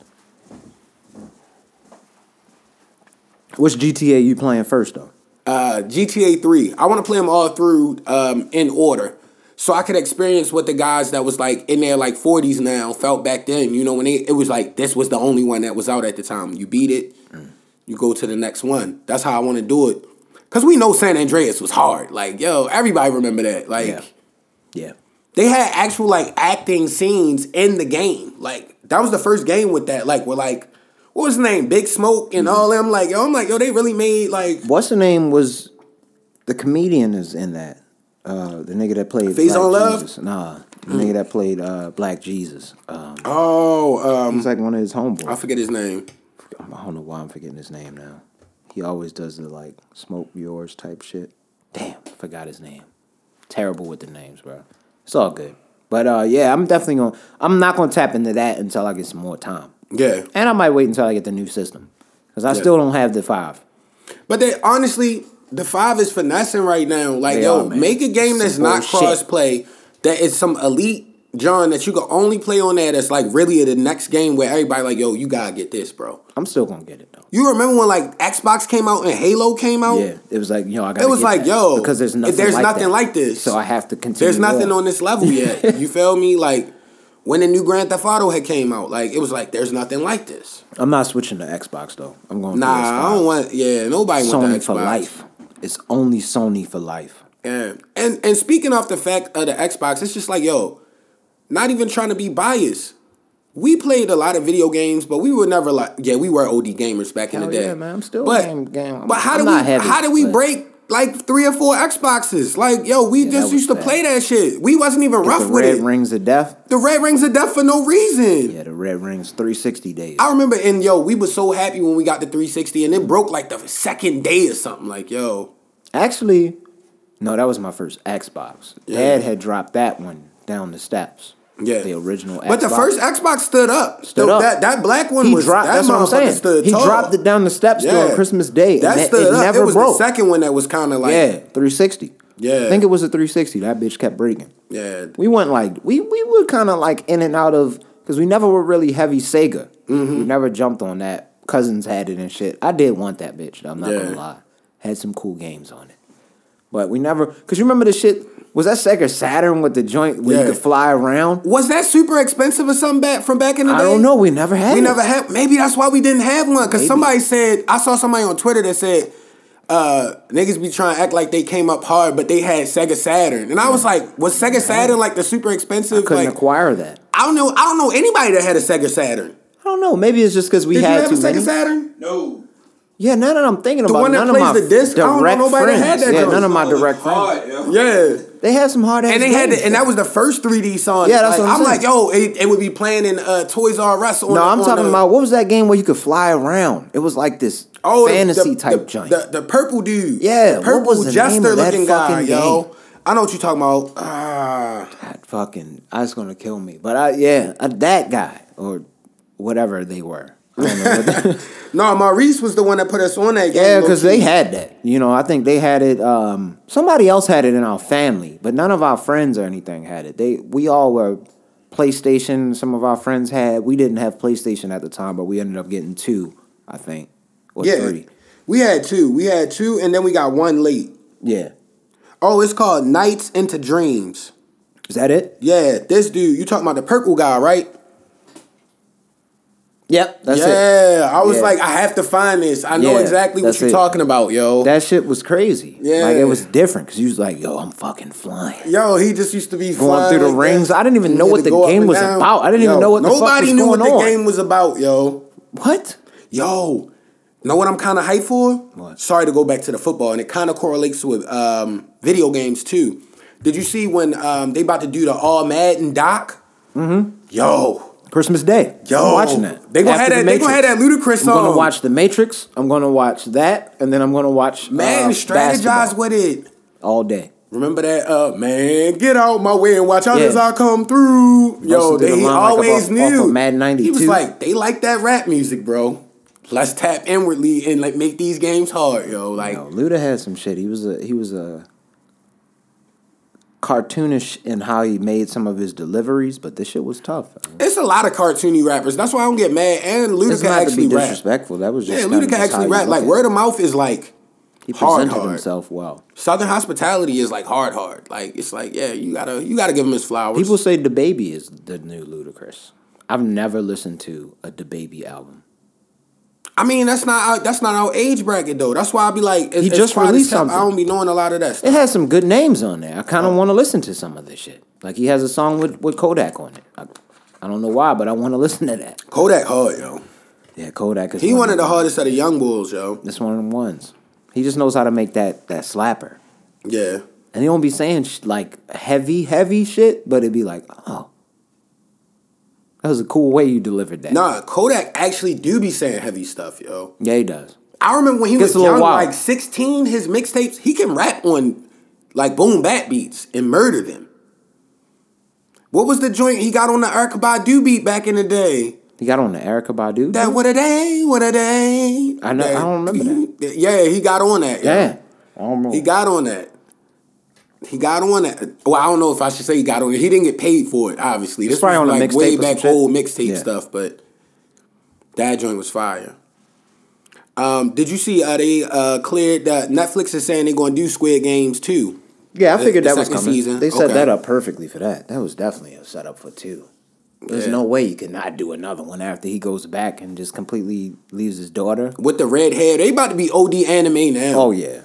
Speaker 2: Which GTA you playing first though?
Speaker 3: Uh, GTA Three. I want to play them all through um, in order, so I could experience what the guys that was like in their like 40s now felt back then. You know when they, it was like this was the only one that was out at the time. You beat it,
Speaker 2: Mm.
Speaker 3: you go to the next one. That's how I want to do it. Cause we know San Andreas was hard. Like yo, everybody remember that. Like.
Speaker 2: Yeah. Yeah.
Speaker 3: they had actual like acting scenes in the game. Like that was the first game with that. Like we're like, what was his name? Big Smoke and all them. Like yo, I'm like yo, they really made like
Speaker 2: What's the name was the comedian is in that. Uh the nigga that played
Speaker 3: Face
Speaker 2: Black
Speaker 3: on Love?
Speaker 2: Jesus. Nah. The nigga that played uh Black Jesus. Um
Speaker 3: oh um,
Speaker 2: he's like one of his
Speaker 3: I
Speaker 2: homeboys.
Speaker 3: forget his name.
Speaker 2: I don't know why I'm forgetting his name now. He always does the like smoke yours type shit. Damn, I forgot his name. Terrible with the names, bro. It's all good. But uh yeah, I'm definitely gonna I'm not gonna tap into that until I get some more time.
Speaker 3: Yeah,
Speaker 2: And I might wait until I get the new system. Because I still don't have the five.
Speaker 3: but they honestly, the five is finessing right now. Like
Speaker 2: They
Speaker 3: yo,
Speaker 2: are, man.
Speaker 3: make a game
Speaker 2: Some
Speaker 3: that's not
Speaker 2: bullshit.
Speaker 3: cross play. That is some elite John that you can only play on there. That's like really the next game where everybody like yo, you gotta get this, bro.
Speaker 2: I'm still gonna get it though.
Speaker 3: You remember when like Xbox came out and Halo came out?
Speaker 2: Yeah, it was like yo, I got.
Speaker 3: It was like, yo,
Speaker 2: because there's
Speaker 3: if
Speaker 2: nothing.
Speaker 3: there's
Speaker 2: like
Speaker 3: nothing
Speaker 2: that.
Speaker 3: like this,
Speaker 2: So I have to continue.
Speaker 3: There's nothing on this level
Speaker 2: (laughs)
Speaker 3: yet. you feel me? Like when the new Grand Theft Auto had came out, like it was like there's nothing like this.
Speaker 2: I'm not switching to Xbox though. I'm going.
Speaker 3: Nah,
Speaker 2: PS5.
Speaker 3: I don't want. Yeah, nobody
Speaker 2: Sony
Speaker 3: wants
Speaker 2: for
Speaker 3: the Xbox.
Speaker 2: life. It's only Sony for life.
Speaker 3: Yeah, and and speaking of the fact of the Xbox, it's just like yo, not even trying to be biased. We played a lot of video games, but we were never like yeah, we were OD gamers back in
Speaker 2: Hell
Speaker 3: the day.
Speaker 2: yeah, man, I'm still a
Speaker 3: but,
Speaker 2: game- game- I'm-
Speaker 3: But how
Speaker 2: I'm
Speaker 3: do we
Speaker 2: not heavy,
Speaker 3: how do we
Speaker 2: but-
Speaker 3: break like three or four Xboxes? Like yo, we
Speaker 2: Yeah, that
Speaker 3: just
Speaker 2: was
Speaker 3: used to
Speaker 2: bad.
Speaker 3: play that shit. We wasn't even rough
Speaker 2: the
Speaker 3: with
Speaker 2: red
Speaker 3: it.
Speaker 2: rings of death.
Speaker 3: The red rings of death for no reason.
Speaker 2: Yeah, the red rings 360 days.
Speaker 3: I remember, and yo, we were so happy when we got the 360, and it broke like the second day or something. Like, yo,
Speaker 2: Actually, no, that was my first Xbox.
Speaker 3: Yeah.
Speaker 2: Dad had dropped that one down the steps.
Speaker 3: yeah,
Speaker 2: the original. Xbox.
Speaker 3: But the first Xbox stood up.
Speaker 2: Stood
Speaker 3: The-
Speaker 2: up.
Speaker 3: That that black one
Speaker 2: he
Speaker 3: was
Speaker 2: dropped.
Speaker 3: That
Speaker 2: That's what I'm
Speaker 3: motherfucker
Speaker 2: saying.
Speaker 3: Stood
Speaker 2: He
Speaker 3: tall.
Speaker 2: dropped it down the steps
Speaker 3: Yeah.
Speaker 2: during Christmas Day,
Speaker 3: That
Speaker 2: and that,
Speaker 3: stood
Speaker 2: it
Speaker 3: up.
Speaker 2: never
Speaker 3: it was
Speaker 2: broke.
Speaker 3: the second one that was kind of like,
Speaker 2: yeah, 360.
Speaker 3: Yeah.
Speaker 2: I think it was a 360. That bitch kept breaking.
Speaker 3: yeah,
Speaker 2: We went like we we were kind of like in and out of because we never were really heavy Sega.
Speaker 3: Mm-hmm.
Speaker 2: We never jumped on that. Cousins had it and shit. I did want that bitch. I'm not
Speaker 3: Yeah.
Speaker 2: gonna lie. Had some cool games on it, but we never. Cause you remember the shit. Was that Sega Saturn with the joint where
Speaker 3: Yeah.
Speaker 2: you could fly around?
Speaker 3: Was that super expensive or something back from back in the
Speaker 2: I
Speaker 3: day?
Speaker 2: don't know. We never had.
Speaker 3: We
Speaker 2: it.
Speaker 3: never had. Maybe that's why we didn't have one. Cause
Speaker 2: Maybe.
Speaker 3: somebody said I saw somebody on Twitter that said uh, niggas be trying to act like they came up hard, but they had Sega Saturn, and I was like, was Sega Saturn like the super expensive?
Speaker 2: Couldn't
Speaker 3: like,
Speaker 2: acquire that.
Speaker 3: I don't know. I don't know anybody that had a Sega Saturn.
Speaker 2: I don't know. Maybe it's just because we
Speaker 3: Did
Speaker 2: had
Speaker 3: you have a
Speaker 2: too
Speaker 3: Sega
Speaker 2: many.
Speaker 3: Saturn?
Speaker 7: No.
Speaker 2: Yeah, now that I'm thinking about
Speaker 3: one
Speaker 2: it,
Speaker 3: that
Speaker 2: none of
Speaker 3: plays
Speaker 2: my
Speaker 3: the disc? I don't know
Speaker 2: direct
Speaker 3: nobody that
Speaker 2: friends.
Speaker 3: had that
Speaker 2: yeah,
Speaker 3: joint.
Speaker 2: none of my
Speaker 7: Oh, it's
Speaker 2: direct friends.
Speaker 7: hard, yo.
Speaker 3: Yeah.
Speaker 2: They had some hard ass.
Speaker 3: And they had,
Speaker 2: games.
Speaker 3: the, and that was the first 3D song.
Speaker 2: Yeah, that's
Speaker 3: like,
Speaker 2: what I'm
Speaker 3: like,
Speaker 2: saying.
Speaker 3: yo, it, it would be playing in uh, Toys R Us. On
Speaker 2: No,
Speaker 3: the-
Speaker 2: I'm
Speaker 3: on
Speaker 2: talking
Speaker 3: the-
Speaker 2: about what was that game where you could fly around? It was like this
Speaker 3: Oh, the-
Speaker 2: fantasy
Speaker 3: the-
Speaker 2: type
Speaker 3: the,
Speaker 2: joint.
Speaker 3: The, the purple dude.
Speaker 2: Yeah,
Speaker 3: The
Speaker 2: what
Speaker 3: purple
Speaker 2: was the name
Speaker 3: jester
Speaker 2: of that
Speaker 3: looking guy,
Speaker 2: fucking
Speaker 3: yo. I know what you're talking about. Ah,
Speaker 2: God, fucking, that's gonna kill me. But I, yeah, uh, that guy or whatever they were. I don't know what they-
Speaker 3: no, Maurice was the one that put us on that game.
Speaker 2: yeah, because
Speaker 3: low-key.
Speaker 2: they had that. You know, I think they had it. Um, somebody else had it in our family, but none of our friends or anything had it. They, we all were PlayStation. Some of our friends had. We didn't have PlayStation at the time, but we ended up getting two, I think, or
Speaker 3: yeah.
Speaker 2: three.
Speaker 3: We had two. We had two, and then we got one late.
Speaker 2: Yeah,
Speaker 3: Oh, it's called Nights into Dreams.
Speaker 2: is that it?
Speaker 3: Yeah, this dude. You talking about the purple guy, right?
Speaker 2: Yep, that's it.
Speaker 3: yeah, I was
Speaker 2: Yeah.
Speaker 3: like, I have to find this. I know
Speaker 2: Yeah,
Speaker 3: exactly what
Speaker 2: that's
Speaker 3: you're
Speaker 2: it.
Speaker 3: talking about, yo.
Speaker 2: That shit was crazy.
Speaker 3: Yeah.
Speaker 2: Like it was different because you was like, yo, I'm fucking flying.
Speaker 3: yo, he just used to be
Speaker 2: Going through the
Speaker 3: flying like
Speaker 2: rings.
Speaker 3: that.
Speaker 2: I didn't even
Speaker 3: He
Speaker 2: know
Speaker 3: had
Speaker 2: what
Speaker 3: to
Speaker 2: the
Speaker 3: go up
Speaker 2: game
Speaker 3: and
Speaker 2: was
Speaker 3: down.
Speaker 2: about. I didn't even
Speaker 3: Yo,
Speaker 2: know what the fuck
Speaker 3: nobody
Speaker 2: was
Speaker 3: knew
Speaker 2: going
Speaker 3: what
Speaker 2: on.
Speaker 3: the game was about, yo.
Speaker 2: What?
Speaker 3: Yo, know what I'm kind of hyped for?
Speaker 2: What?
Speaker 3: Sorry to go back to the football, and it kind of correlates with um, video games too. Did you see when um, they about to do the All Madden doc? Mm-hmm. Yo,
Speaker 2: Christmas Day.
Speaker 3: Yo,
Speaker 2: I'm watching that.
Speaker 3: they gonna
Speaker 2: After
Speaker 3: have
Speaker 2: The
Speaker 3: that- they gonna
Speaker 2: Matrix.
Speaker 3: have that Ludacris
Speaker 2: I'm
Speaker 3: song.
Speaker 2: gonna watch uh, The Matrix. I'm gonna watch that, and then I'm gonna watch
Speaker 3: man,
Speaker 2: uh,
Speaker 3: strategize
Speaker 2: basketball
Speaker 3: with it.
Speaker 2: all day.
Speaker 3: Remember that, uh, man, get out my way and watch out
Speaker 2: Yeah.
Speaker 3: as I come through. Yo,
Speaker 2: Russell did
Speaker 3: they,
Speaker 2: a
Speaker 3: he
Speaker 2: line like
Speaker 3: always
Speaker 2: off-
Speaker 3: knew.
Speaker 2: off of Madden 92.
Speaker 3: He was like, they like that rap music, bro. Let's tap inwardly and like make these games hard, yo. Like,
Speaker 2: Yo, Luda had some shit. He was a he was a cartoonish in how he made some of his deliveries, but this shit was tough.
Speaker 3: It's a lot of cartoony rappers. That's why I don't get mad. And Luda
Speaker 2: It's
Speaker 3: can
Speaker 2: not to
Speaker 3: actually
Speaker 2: be
Speaker 3: rap.
Speaker 2: disrespectful. That was
Speaker 3: Yeah,
Speaker 2: just
Speaker 3: Luda
Speaker 2: kinda
Speaker 3: can
Speaker 2: just how
Speaker 3: actually
Speaker 2: you
Speaker 3: rap.
Speaker 2: look
Speaker 3: Like
Speaker 2: at
Speaker 3: word
Speaker 2: it.
Speaker 3: of mouth is like
Speaker 2: He
Speaker 3: hard,
Speaker 2: presented
Speaker 3: hard.
Speaker 2: himself well.
Speaker 3: Southern hospitality is like hard, hard. Like it's like yeah, you gotta you gotta give him his flowers.
Speaker 2: People say the baby is the new Ludacris. I've never listened to a the baby album.
Speaker 3: I mean that's not our, that's not our age bracket though. That's why I be like, as-
Speaker 2: He
Speaker 3: as
Speaker 2: just
Speaker 3: far as
Speaker 2: released
Speaker 3: stuff,
Speaker 2: something.
Speaker 3: I don't be knowing a lot of that
Speaker 2: It
Speaker 3: stuff.
Speaker 2: has some good names on there. I kind of
Speaker 3: Oh.
Speaker 2: want to listen to some of this shit. Like he has a song with, with Kodak on it. I, I don't know why, but I want to listen to that.
Speaker 3: Kodak hard yo.
Speaker 2: Yeah, Kodak is.
Speaker 3: He one of the
Speaker 2: them-
Speaker 3: hardest of the young bulls yo.
Speaker 2: That's one of them ones. He just knows how to make that that slapper,
Speaker 3: Yeah.
Speaker 2: and he don't be saying sh- like heavy, heavy shit, but it'd be like, oh, that was a cool way you delivered that.
Speaker 3: Nah, Kodak actually do be saying heavy stuff yo.
Speaker 2: yeah, he does.
Speaker 3: I remember when he
Speaker 2: Gets
Speaker 3: was
Speaker 2: a little
Speaker 3: young,
Speaker 2: wild.
Speaker 3: like 16, his mixtapes, he can rap on like boom bat beats and murder them. What was the joint he got on the Eric Badu beat back in the day?
Speaker 2: He got on the Erica Badu.
Speaker 3: That
Speaker 2: joint.
Speaker 3: what a day, what a day.
Speaker 2: Mm-hmm. I know- I don't remember
Speaker 3: that. Yeah, he got on that. yo.
Speaker 2: Yeah. I don't know.
Speaker 3: He got on that. He got on that. Well, I don't know if I should say he got on it. He didn't get paid for it, obviously. This
Speaker 2: probably
Speaker 3: was
Speaker 2: on a
Speaker 3: like
Speaker 2: mixtape
Speaker 3: way
Speaker 2: or some
Speaker 3: back
Speaker 2: shit.
Speaker 3: old mixtape
Speaker 2: Yeah.
Speaker 3: stuff, but that joint was fire. Um, did you see? Uh, they uh, cleared that Netflix is saying they're going to do Squid Games too.
Speaker 2: Yeah, I
Speaker 3: The-
Speaker 2: figured
Speaker 3: the
Speaker 2: that was
Speaker 3: second
Speaker 2: coming.
Speaker 3: season.
Speaker 2: They set
Speaker 3: Okay.
Speaker 2: that up perfectly for that. That was definitely a setup for two. There's
Speaker 3: Yeah.
Speaker 2: no way you could not do another one after he goes back and just completely leaves his daughter.
Speaker 3: with the red hair. They about to be OD anime now.
Speaker 2: Oh yeah,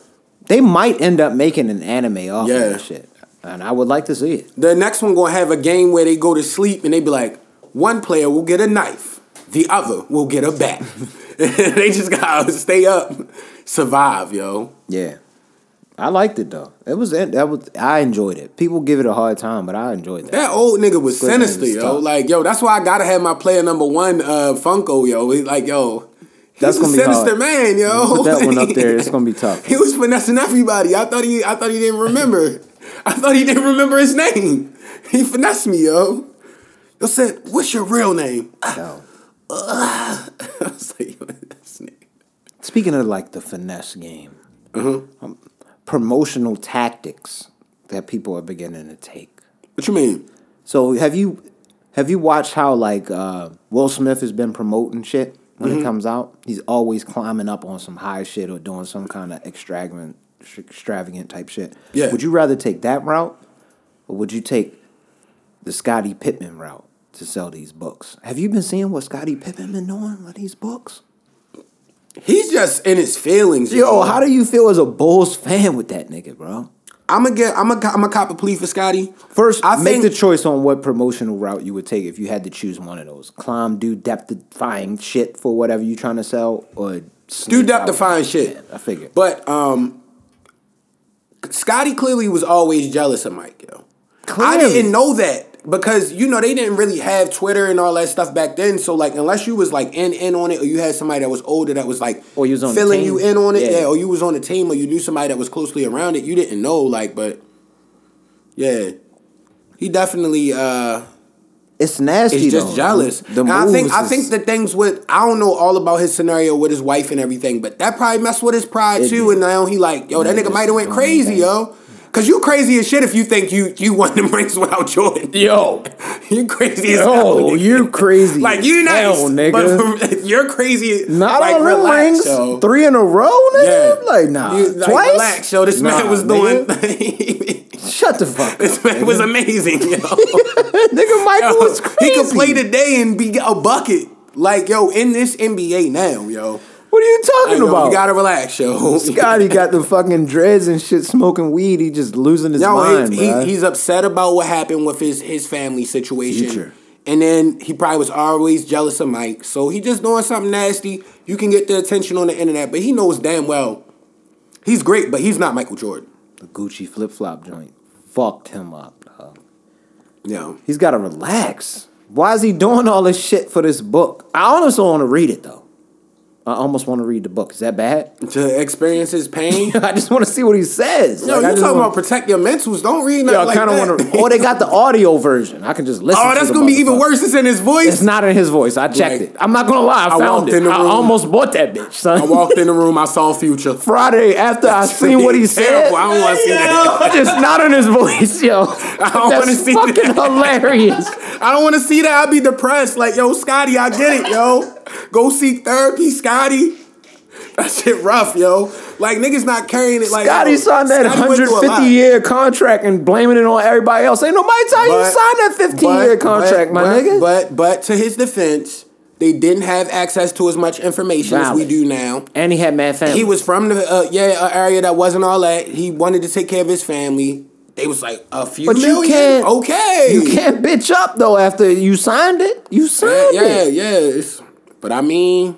Speaker 2: they might end up making an anime off
Speaker 3: Yeah.
Speaker 2: of that shit, and I would like to see it.
Speaker 3: The next one gonna have a game where they go to sleep and they be like, one player will get a knife, the other will get a bat. (laughs) they just gotta stay up, survive, yo.
Speaker 2: Yeah, I liked it though. It was that was I enjoyed it. People give it a hard time, but I
Speaker 3: (laughs)
Speaker 2: enjoyed that.
Speaker 3: That old nigga was
Speaker 2: Squid Game
Speaker 3: sinister,
Speaker 2: is
Speaker 3: yo.
Speaker 2: tough.
Speaker 3: Like, yo, that's why I gotta have my player number one, uh, Funko, yo. He's like, yo,
Speaker 2: That's
Speaker 3: he's a
Speaker 2: gonna be
Speaker 3: sinister
Speaker 2: hard.
Speaker 3: man, yo.
Speaker 2: Put that one up there.
Speaker 3: (laughs)
Speaker 2: It's gonna be tough.
Speaker 3: he was finessing everybody. I thought he, I thought he didn't remember. I thought he didn't remember his name. He finessed me, yo. Yo said, "What's your real name?" (laughs)
Speaker 2: So,
Speaker 3: I was like, yo, this nigga.
Speaker 2: speaking of like the finesse game, um, promotional tactics that people are beginning to take.
Speaker 3: What you mean?
Speaker 2: So have you have you watched how like uh, Will Smith has been promoting shit when it comes out? He's always climbing up on some high shit or doing some kind of extravagant extravagant type shit.
Speaker 3: Yeah.
Speaker 2: Would you rather take that route or would you take the Scottie Pittman route to sell these books? Have you been seeing what Scottie Pittman been doing with these books?
Speaker 3: He's just in his feelings,
Speaker 2: Yo, how do you feel as a Bulls fan with that nigga, bro?
Speaker 3: I'm gonna get. I'm gonna. I'm gonna cop a plea for Scotty.
Speaker 2: First,
Speaker 3: I
Speaker 2: make
Speaker 3: think-
Speaker 2: the choice on what promotional route you would take if you had to choose one of those. Climb, do depth-defying shit for whatever you're trying to sell, or
Speaker 3: Do
Speaker 2: sneak
Speaker 3: depth
Speaker 2: out.
Speaker 3: defying shit.
Speaker 2: Yeah, I figure.
Speaker 3: But um, Scotty clearly was always jealous of Mike, yo. I
Speaker 2: Clearly.
Speaker 3: didn't know that because you know they didn't really have Twitter and all that stuff back then. So like, unless you was like in in on it, or you had somebody that was older that was like,
Speaker 2: Or you was on the
Speaker 3: filling
Speaker 2: team.
Speaker 3: you in on it, yeah.
Speaker 2: Yeah.
Speaker 3: or you was on the team, or you knew somebody that was closely around it, you didn't know. Like, but yeah, he definitely. uh
Speaker 2: It's nasty.
Speaker 3: It's just
Speaker 2: though.
Speaker 3: jealous.
Speaker 2: The
Speaker 3: and I think
Speaker 2: moves
Speaker 3: I
Speaker 2: is-
Speaker 3: think the things with I don't know all about his scenario with his wife and everything, but that probably messed with his pride
Speaker 2: It
Speaker 3: too.
Speaker 2: did.
Speaker 3: And now he like, yo, that
Speaker 2: Yeah,
Speaker 3: nigga
Speaker 2: just
Speaker 3: might have went
Speaker 2: don't
Speaker 3: crazy,
Speaker 2: think.
Speaker 3: yo. Cause you crazy as shit if you think you you won (laughs) them rings without Jordan. (laughs)
Speaker 2: yo,
Speaker 3: you crazy as hell.
Speaker 2: yo,
Speaker 3: nigga.
Speaker 2: you crazy.
Speaker 3: like
Speaker 2: as
Speaker 3: you nice,
Speaker 2: hell,
Speaker 3: (laughs)
Speaker 2: nigga.
Speaker 3: But for, you're crazy.
Speaker 2: Not
Speaker 3: like,
Speaker 2: all them
Speaker 3: relax,
Speaker 2: rings,
Speaker 3: yo.
Speaker 2: three in a row,
Speaker 3: Yeah.
Speaker 2: nigga. Like nah,
Speaker 3: You, like,
Speaker 2: twice.
Speaker 3: Relax, yo. This man
Speaker 2: Nah,
Speaker 3: was doing. (laughs)
Speaker 2: nigga. Shut the fuck. up,
Speaker 3: this man was
Speaker 2: nigga.
Speaker 3: amazing, yo.
Speaker 2: (laughs) nigga (laughs) Michael
Speaker 3: Yo,
Speaker 2: was crazy.
Speaker 3: He could play today and be a bucket. Like yo, in this NBA now, yo.
Speaker 2: What are you talking
Speaker 3: Like, yo,
Speaker 2: about?
Speaker 3: You gotta relax, yo. (laughs)
Speaker 2: Scotty got the fucking dreads and shit, smoking weed. He just losing his
Speaker 3: yo,
Speaker 2: mind,
Speaker 3: he- he-
Speaker 2: bruh.
Speaker 3: he's upset about what happened with his his family situation.
Speaker 2: Future.
Speaker 3: And then he probably was always jealous of Mike. So he just doing something nasty. You can get the attention on the internet, but he knows damn well he's great, but he's not Michael Jordan.
Speaker 2: the Gucci flip flop joint fucked him up. Dog.
Speaker 3: Yeah.
Speaker 2: He's got to relax. Why is he doing all this shit for this book? I honestly want to read it though. I almost want to read the book. Is that bad? (laughs)
Speaker 3: To experience his pain.
Speaker 2: I just want to see what he says.
Speaker 3: Yo,
Speaker 2: Like, I
Speaker 3: you
Speaker 2: just
Speaker 3: talking
Speaker 2: wanna-
Speaker 3: about protect your mentals. Don't read nothing
Speaker 2: Yeah, I
Speaker 3: like
Speaker 2: kind of
Speaker 3: that.
Speaker 2: want to. Oh, they got the audio version. I can just listen.
Speaker 3: (laughs) Oh,
Speaker 2: to
Speaker 3: that's
Speaker 2: the
Speaker 3: gonna be even
Speaker 2: motherfucker.
Speaker 3: worse. It's in his voice.
Speaker 2: It's not in his voice. I checked
Speaker 3: Like,
Speaker 2: it. I'm not gonna lie. I,
Speaker 3: I
Speaker 2: found
Speaker 3: walked
Speaker 2: it.
Speaker 3: in the
Speaker 2: I
Speaker 3: room.
Speaker 2: almost bought that bitch, son.
Speaker 3: I walked in the room. I saw Future.
Speaker 2: Friday after I seen what he said.
Speaker 3: Terrible. I don't want to see
Speaker 2: (laughs)
Speaker 3: that.
Speaker 2: I just not in his voice,
Speaker 3: (laughs)
Speaker 2: yo.
Speaker 3: I don't
Speaker 2: That's
Speaker 3: wanna see
Speaker 2: fucking
Speaker 3: that.
Speaker 2: hilarious.
Speaker 3: I don't want to see that. I'd be depressed. Like, yo, Scotty, I get it, yo. Go seek therapy, Scotty. That shit rough, yo. Like niggas not carrying it. (laughs) Like
Speaker 2: Scotty
Speaker 3: yo,
Speaker 2: signed that
Speaker 3: Scotty went through a
Speaker 2: 150
Speaker 3: lot.
Speaker 2: year contract and blaming it on everybody else. Ain't nobody tell you
Speaker 3: But-
Speaker 2: to sign that 15 year
Speaker 3: but-
Speaker 2: contract, my
Speaker 3: but-
Speaker 2: nigga.
Speaker 3: But but to his defense, they didn't have access to as much information as we
Speaker 2: Valid.
Speaker 3: do now.
Speaker 2: and he had mad family.
Speaker 3: He was from the uh, yeah uh, area that wasn't all that. He wanted to take care of his family. They was like a few
Speaker 2: But you
Speaker 3: million.
Speaker 2: can't-
Speaker 3: okay.
Speaker 2: You can't bitch up though after you signed it. You signed
Speaker 3: Yeah, yeah,
Speaker 2: it.
Speaker 3: yeah. It's, but I mean,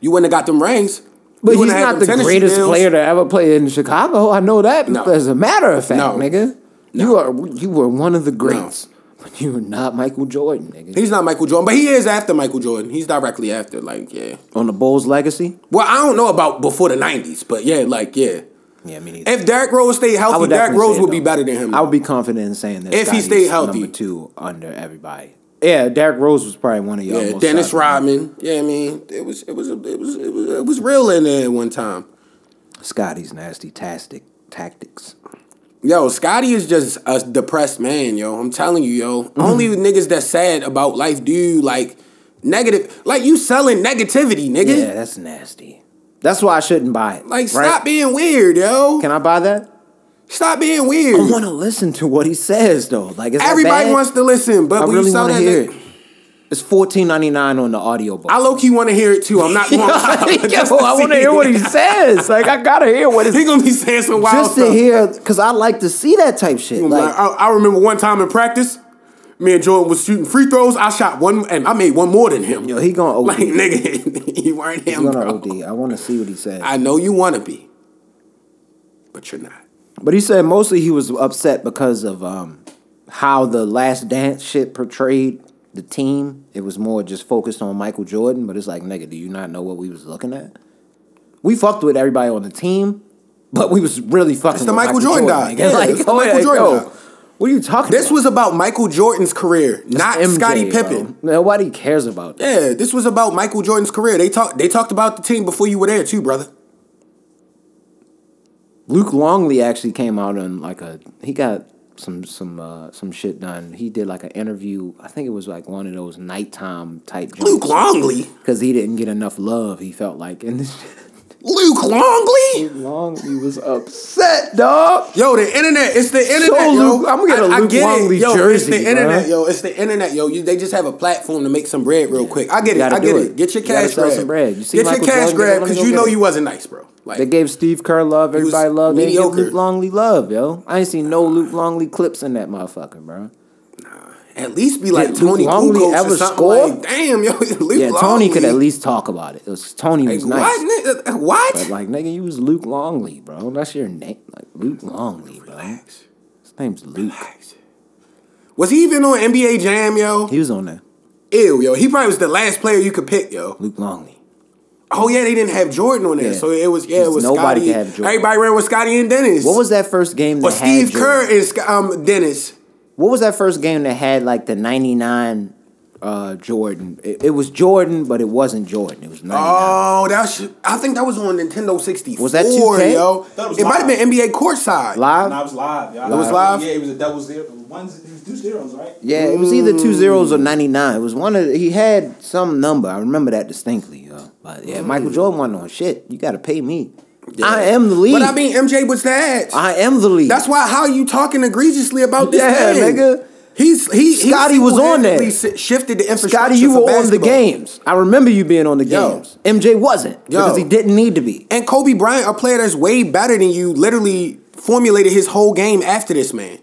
Speaker 3: you wouldn't have got them rings.
Speaker 2: But
Speaker 3: You
Speaker 2: he's
Speaker 3: wouldn't have
Speaker 2: not
Speaker 3: them
Speaker 2: the
Speaker 3: tennis
Speaker 2: greatest
Speaker 3: shoes.
Speaker 2: player to ever play in Chicago. I know that
Speaker 3: No.
Speaker 2: as a matter of fact,
Speaker 3: No.
Speaker 2: nigga. You are you were one of the greats, but you were not Michael Jordan, nigga.
Speaker 3: He's not Michael Jordan, but he is after Michael Jordan. He's directly after, like, yeah.
Speaker 2: On the Bulls' legacy,
Speaker 3: Well, I don't know about before the '90s, but yeah, like, yeah.
Speaker 2: yeah, me neither.
Speaker 3: If Derrick Rose stayed
Speaker 2: I
Speaker 3: healthy,
Speaker 2: would
Speaker 3: Derrick
Speaker 2: definitely
Speaker 3: Rose
Speaker 2: say
Speaker 3: would
Speaker 2: it,
Speaker 3: be
Speaker 2: though.
Speaker 3: better than him.
Speaker 2: I would be confident in saying that
Speaker 3: If he
Speaker 2: Scotty's
Speaker 3: stayed healthy.
Speaker 2: number two under everybody. Yeah, Derrick Rose was probably one of y'all.
Speaker 3: yeah,
Speaker 2: most
Speaker 3: Dennis
Speaker 2: shots.
Speaker 3: Rodman. Yeah, I mean, it was, it was, it was, it was, it was real in there at one time.
Speaker 2: Scotty's nasty tastic tactics.
Speaker 3: Yo, Scotty is just a depressed man, yo. I'm telling you, yo.
Speaker 2: Mm-hmm.
Speaker 3: Only niggas that's sad about life do like negative, like you selling negativity, nigga.
Speaker 2: Yeah, that's nasty. That's why I shouldn't buy it.
Speaker 3: Like,
Speaker 2: right?
Speaker 3: stop being weird, yo.
Speaker 2: Can I buy that?
Speaker 3: Stop being
Speaker 2: I
Speaker 3: weird.
Speaker 2: want to listen to what he says though. Like is that
Speaker 3: Everybody
Speaker 2: bad?
Speaker 3: wants to listen, but
Speaker 2: I
Speaker 3: when
Speaker 2: really
Speaker 3: you sell
Speaker 2: want to
Speaker 3: that,
Speaker 2: hear
Speaker 3: nigga-
Speaker 2: it. It's fourteen ninety nine on the audio (laughs) book.
Speaker 3: I low key want to hear it too. I'm
Speaker 2: (laughs)
Speaker 3: not going.
Speaker 2: Yo, I want to hear what he says. Like I gotta hear
Speaker 3: (laughs)
Speaker 2: what it's
Speaker 3: He gonna be saying some wild
Speaker 2: just to
Speaker 3: stuff.
Speaker 2: hear because I like to see that type shit.
Speaker 3: I'm
Speaker 2: Like
Speaker 3: like, I, I remember one time in practice, me and Jordan was shooting free throws. I shot one, and I made one more than him.
Speaker 2: Yo, he gonna
Speaker 3: (laughs)
Speaker 2: OD.
Speaker 3: like nigga, (laughs) you weren't him,
Speaker 2: I'm gonna
Speaker 3: bro.
Speaker 2: OD. I want to see what he said.
Speaker 3: I know you want to be, but you're not.
Speaker 2: But he said mostly he was upset because of um, how the Last Dance shit portrayed the team. It was more just focused on Michael Jordan. But it's like, nigga, do you not know what we was looking at? We fucked with everybody on the team, but we was really fucking.
Speaker 3: the
Speaker 2: with
Speaker 3: Michael Jordan dog.
Speaker 2: nigga.
Speaker 3: Yeah,
Speaker 2: (laughs) like,
Speaker 3: it's the
Speaker 2: oh,
Speaker 3: Michael
Speaker 2: yeah,
Speaker 3: Jordan
Speaker 2: yo,
Speaker 3: dog.
Speaker 2: What are you talking?
Speaker 3: This
Speaker 2: about?
Speaker 3: was about Michael Jordan's career, not
Speaker 2: MJ,
Speaker 3: Scottie
Speaker 2: bro.
Speaker 3: Pippen.
Speaker 2: Nobody cares about that.
Speaker 3: Yeah, this was about Michael Jordan's career. They talked. They talked about the team before you were there too, brother.
Speaker 2: Luke Longley actually came out and like a he got some some uh, some shit done. He did like an interview. I think it was like one of those nighttime type.
Speaker 3: Luke
Speaker 2: joints.
Speaker 3: Longley.
Speaker 2: because he didn't get enough love. He felt like, and this
Speaker 3: Luke (laughs) Longley.
Speaker 2: long he was upset, dog.
Speaker 3: Yo, the internet. It's the internet. yo.
Speaker 2: Luke- I'ma get a
Speaker 3: I- I
Speaker 2: Luke
Speaker 3: get it.
Speaker 2: Longley
Speaker 3: yo,
Speaker 2: jersey,
Speaker 3: It's the internet,
Speaker 2: bruh.
Speaker 3: yo. It's the internet, yo. You, they just have a platform to make some bread real quick. I get it.
Speaker 2: gotta
Speaker 3: I get
Speaker 2: do
Speaker 3: it.
Speaker 2: it.
Speaker 3: Get your
Speaker 2: You gotta
Speaker 3: cash
Speaker 2: sell
Speaker 3: grab.
Speaker 2: some bread. You see
Speaker 3: get
Speaker 2: Michael
Speaker 3: your cash
Speaker 2: Jordan,
Speaker 3: grab
Speaker 2: everybody
Speaker 3: because
Speaker 2: go
Speaker 3: you
Speaker 2: get
Speaker 3: know
Speaker 2: it.
Speaker 3: you wasn't nice, bro. Like
Speaker 2: They gave Steve Kerr love.
Speaker 3: was
Speaker 2: Everybody love. They didn't give
Speaker 3: mediocre.
Speaker 2: Luke Longley love, yo. I ain't seen no Luke Longley clips in that motherfucker, bro.
Speaker 3: At least be like
Speaker 2: Did Luke
Speaker 3: Tony
Speaker 2: Longley
Speaker 3: Kukoc
Speaker 2: ever
Speaker 3: or something
Speaker 2: score?
Speaker 3: like. Damn, yo, (laughs) Luke
Speaker 2: Yeah, Tony could at
Speaker 3: Longley.
Speaker 2: least talk about it. It was Tony was
Speaker 3: Like,
Speaker 2: nice.
Speaker 3: What? nigga? What?
Speaker 2: But like nigga, you was Luke Longley, bro. That's your name. Like Luke Longley, bro. His name's Luke.
Speaker 3: Was he even on NBA Jam, yo?
Speaker 2: He was on there.
Speaker 3: Ew, yo. He probably was the last player you could pick, yo.
Speaker 2: Luke Longley.
Speaker 3: Oh yeah, they didn't have Jordan on there,
Speaker 2: Yeah.
Speaker 3: so it was yeah, it
Speaker 2: 'Cause
Speaker 3: was
Speaker 2: nobody
Speaker 3: Scotty.
Speaker 2: could have Jordan.
Speaker 3: Everybody ran with Scotty and Dennis.
Speaker 2: What was that first game that
Speaker 3: Or Steve
Speaker 2: had Jordan?
Speaker 3: Kerr and Sc- um Dennis?
Speaker 2: What was that first game that had like the ninety nine uh Jordan? It, it was Jordan, but it wasn't Jordan. It was ninety nine.
Speaker 3: Oh, that was, I think that was on Nintendo 64.
Speaker 2: Was that 2K?
Speaker 3: yo?
Speaker 7: That was
Speaker 3: It might have
Speaker 7: live.
Speaker 3: been NBA courtside.
Speaker 2: Live?
Speaker 7: And I was live. y'all.
Speaker 3: It was live?
Speaker 7: Yeah, it was a double zero. One's, it was two zeros, right?
Speaker 2: Yeah, it was either two zeros or ninety nine. It was one of he had some number. I remember that distinctly. Yo. But
Speaker 3: Mm.
Speaker 2: yeah, Michael Jordan wasn't on shit. You got to pay me. I am the lead.
Speaker 3: But I mean, MJ was that.
Speaker 2: I am the lead.
Speaker 3: That's why. How you talking egregiously about this?
Speaker 2: Yeah,
Speaker 3: man?
Speaker 2: nigga.
Speaker 3: He's he. he
Speaker 2: Scotty was on there.
Speaker 3: single-handedly si- Shifted the infrastructure.
Speaker 2: Scotty, you
Speaker 3: for
Speaker 2: were on the
Speaker 3: basketball.
Speaker 2: games. I remember you being on the
Speaker 3: Yo.
Speaker 2: games. MJ wasn't because
Speaker 3: Yo.
Speaker 2: he didn't need to be.
Speaker 3: And Kobe Bryant, a player that's way better than you, literally formulated his whole game after this man.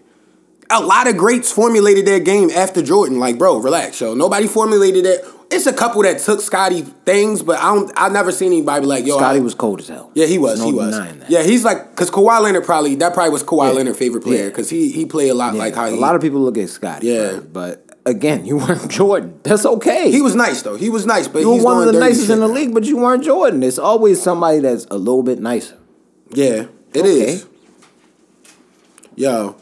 Speaker 3: A lot of greats formulated their game after Jordan. Like, bro, relax, yo. Nobody formulated that. It's a couple that took Scotty things, but I don't. I never seen anybody be like, yo.
Speaker 2: Scotty
Speaker 3: I-
Speaker 2: was cold as hell.
Speaker 3: Yeah, he was.
Speaker 2: No
Speaker 3: he was.
Speaker 2: denying that.
Speaker 3: Yeah, he's like because Kawhi Leonard probably that probably was Kawhi
Speaker 2: Yeah.
Speaker 3: Leonard's favorite player
Speaker 2: Yeah.
Speaker 3: because he he played a lot
Speaker 2: Yeah,
Speaker 3: like how
Speaker 2: a
Speaker 3: he,
Speaker 2: lot of people look at Scotty.
Speaker 3: Yeah.
Speaker 2: Yeah, but again, (laughs) you weren't Jordan. That's okay.
Speaker 3: he was nice though. He was nice, but
Speaker 2: You were
Speaker 3: he's
Speaker 2: one of
Speaker 3: doing
Speaker 2: the
Speaker 3: dirty
Speaker 2: nicest
Speaker 3: shit
Speaker 2: in the
Speaker 3: now.
Speaker 2: league, but you weren't Jordan. It's always somebody that's a little bit nicer.
Speaker 3: Yeah, it is.
Speaker 2: Okay.
Speaker 3: Yo,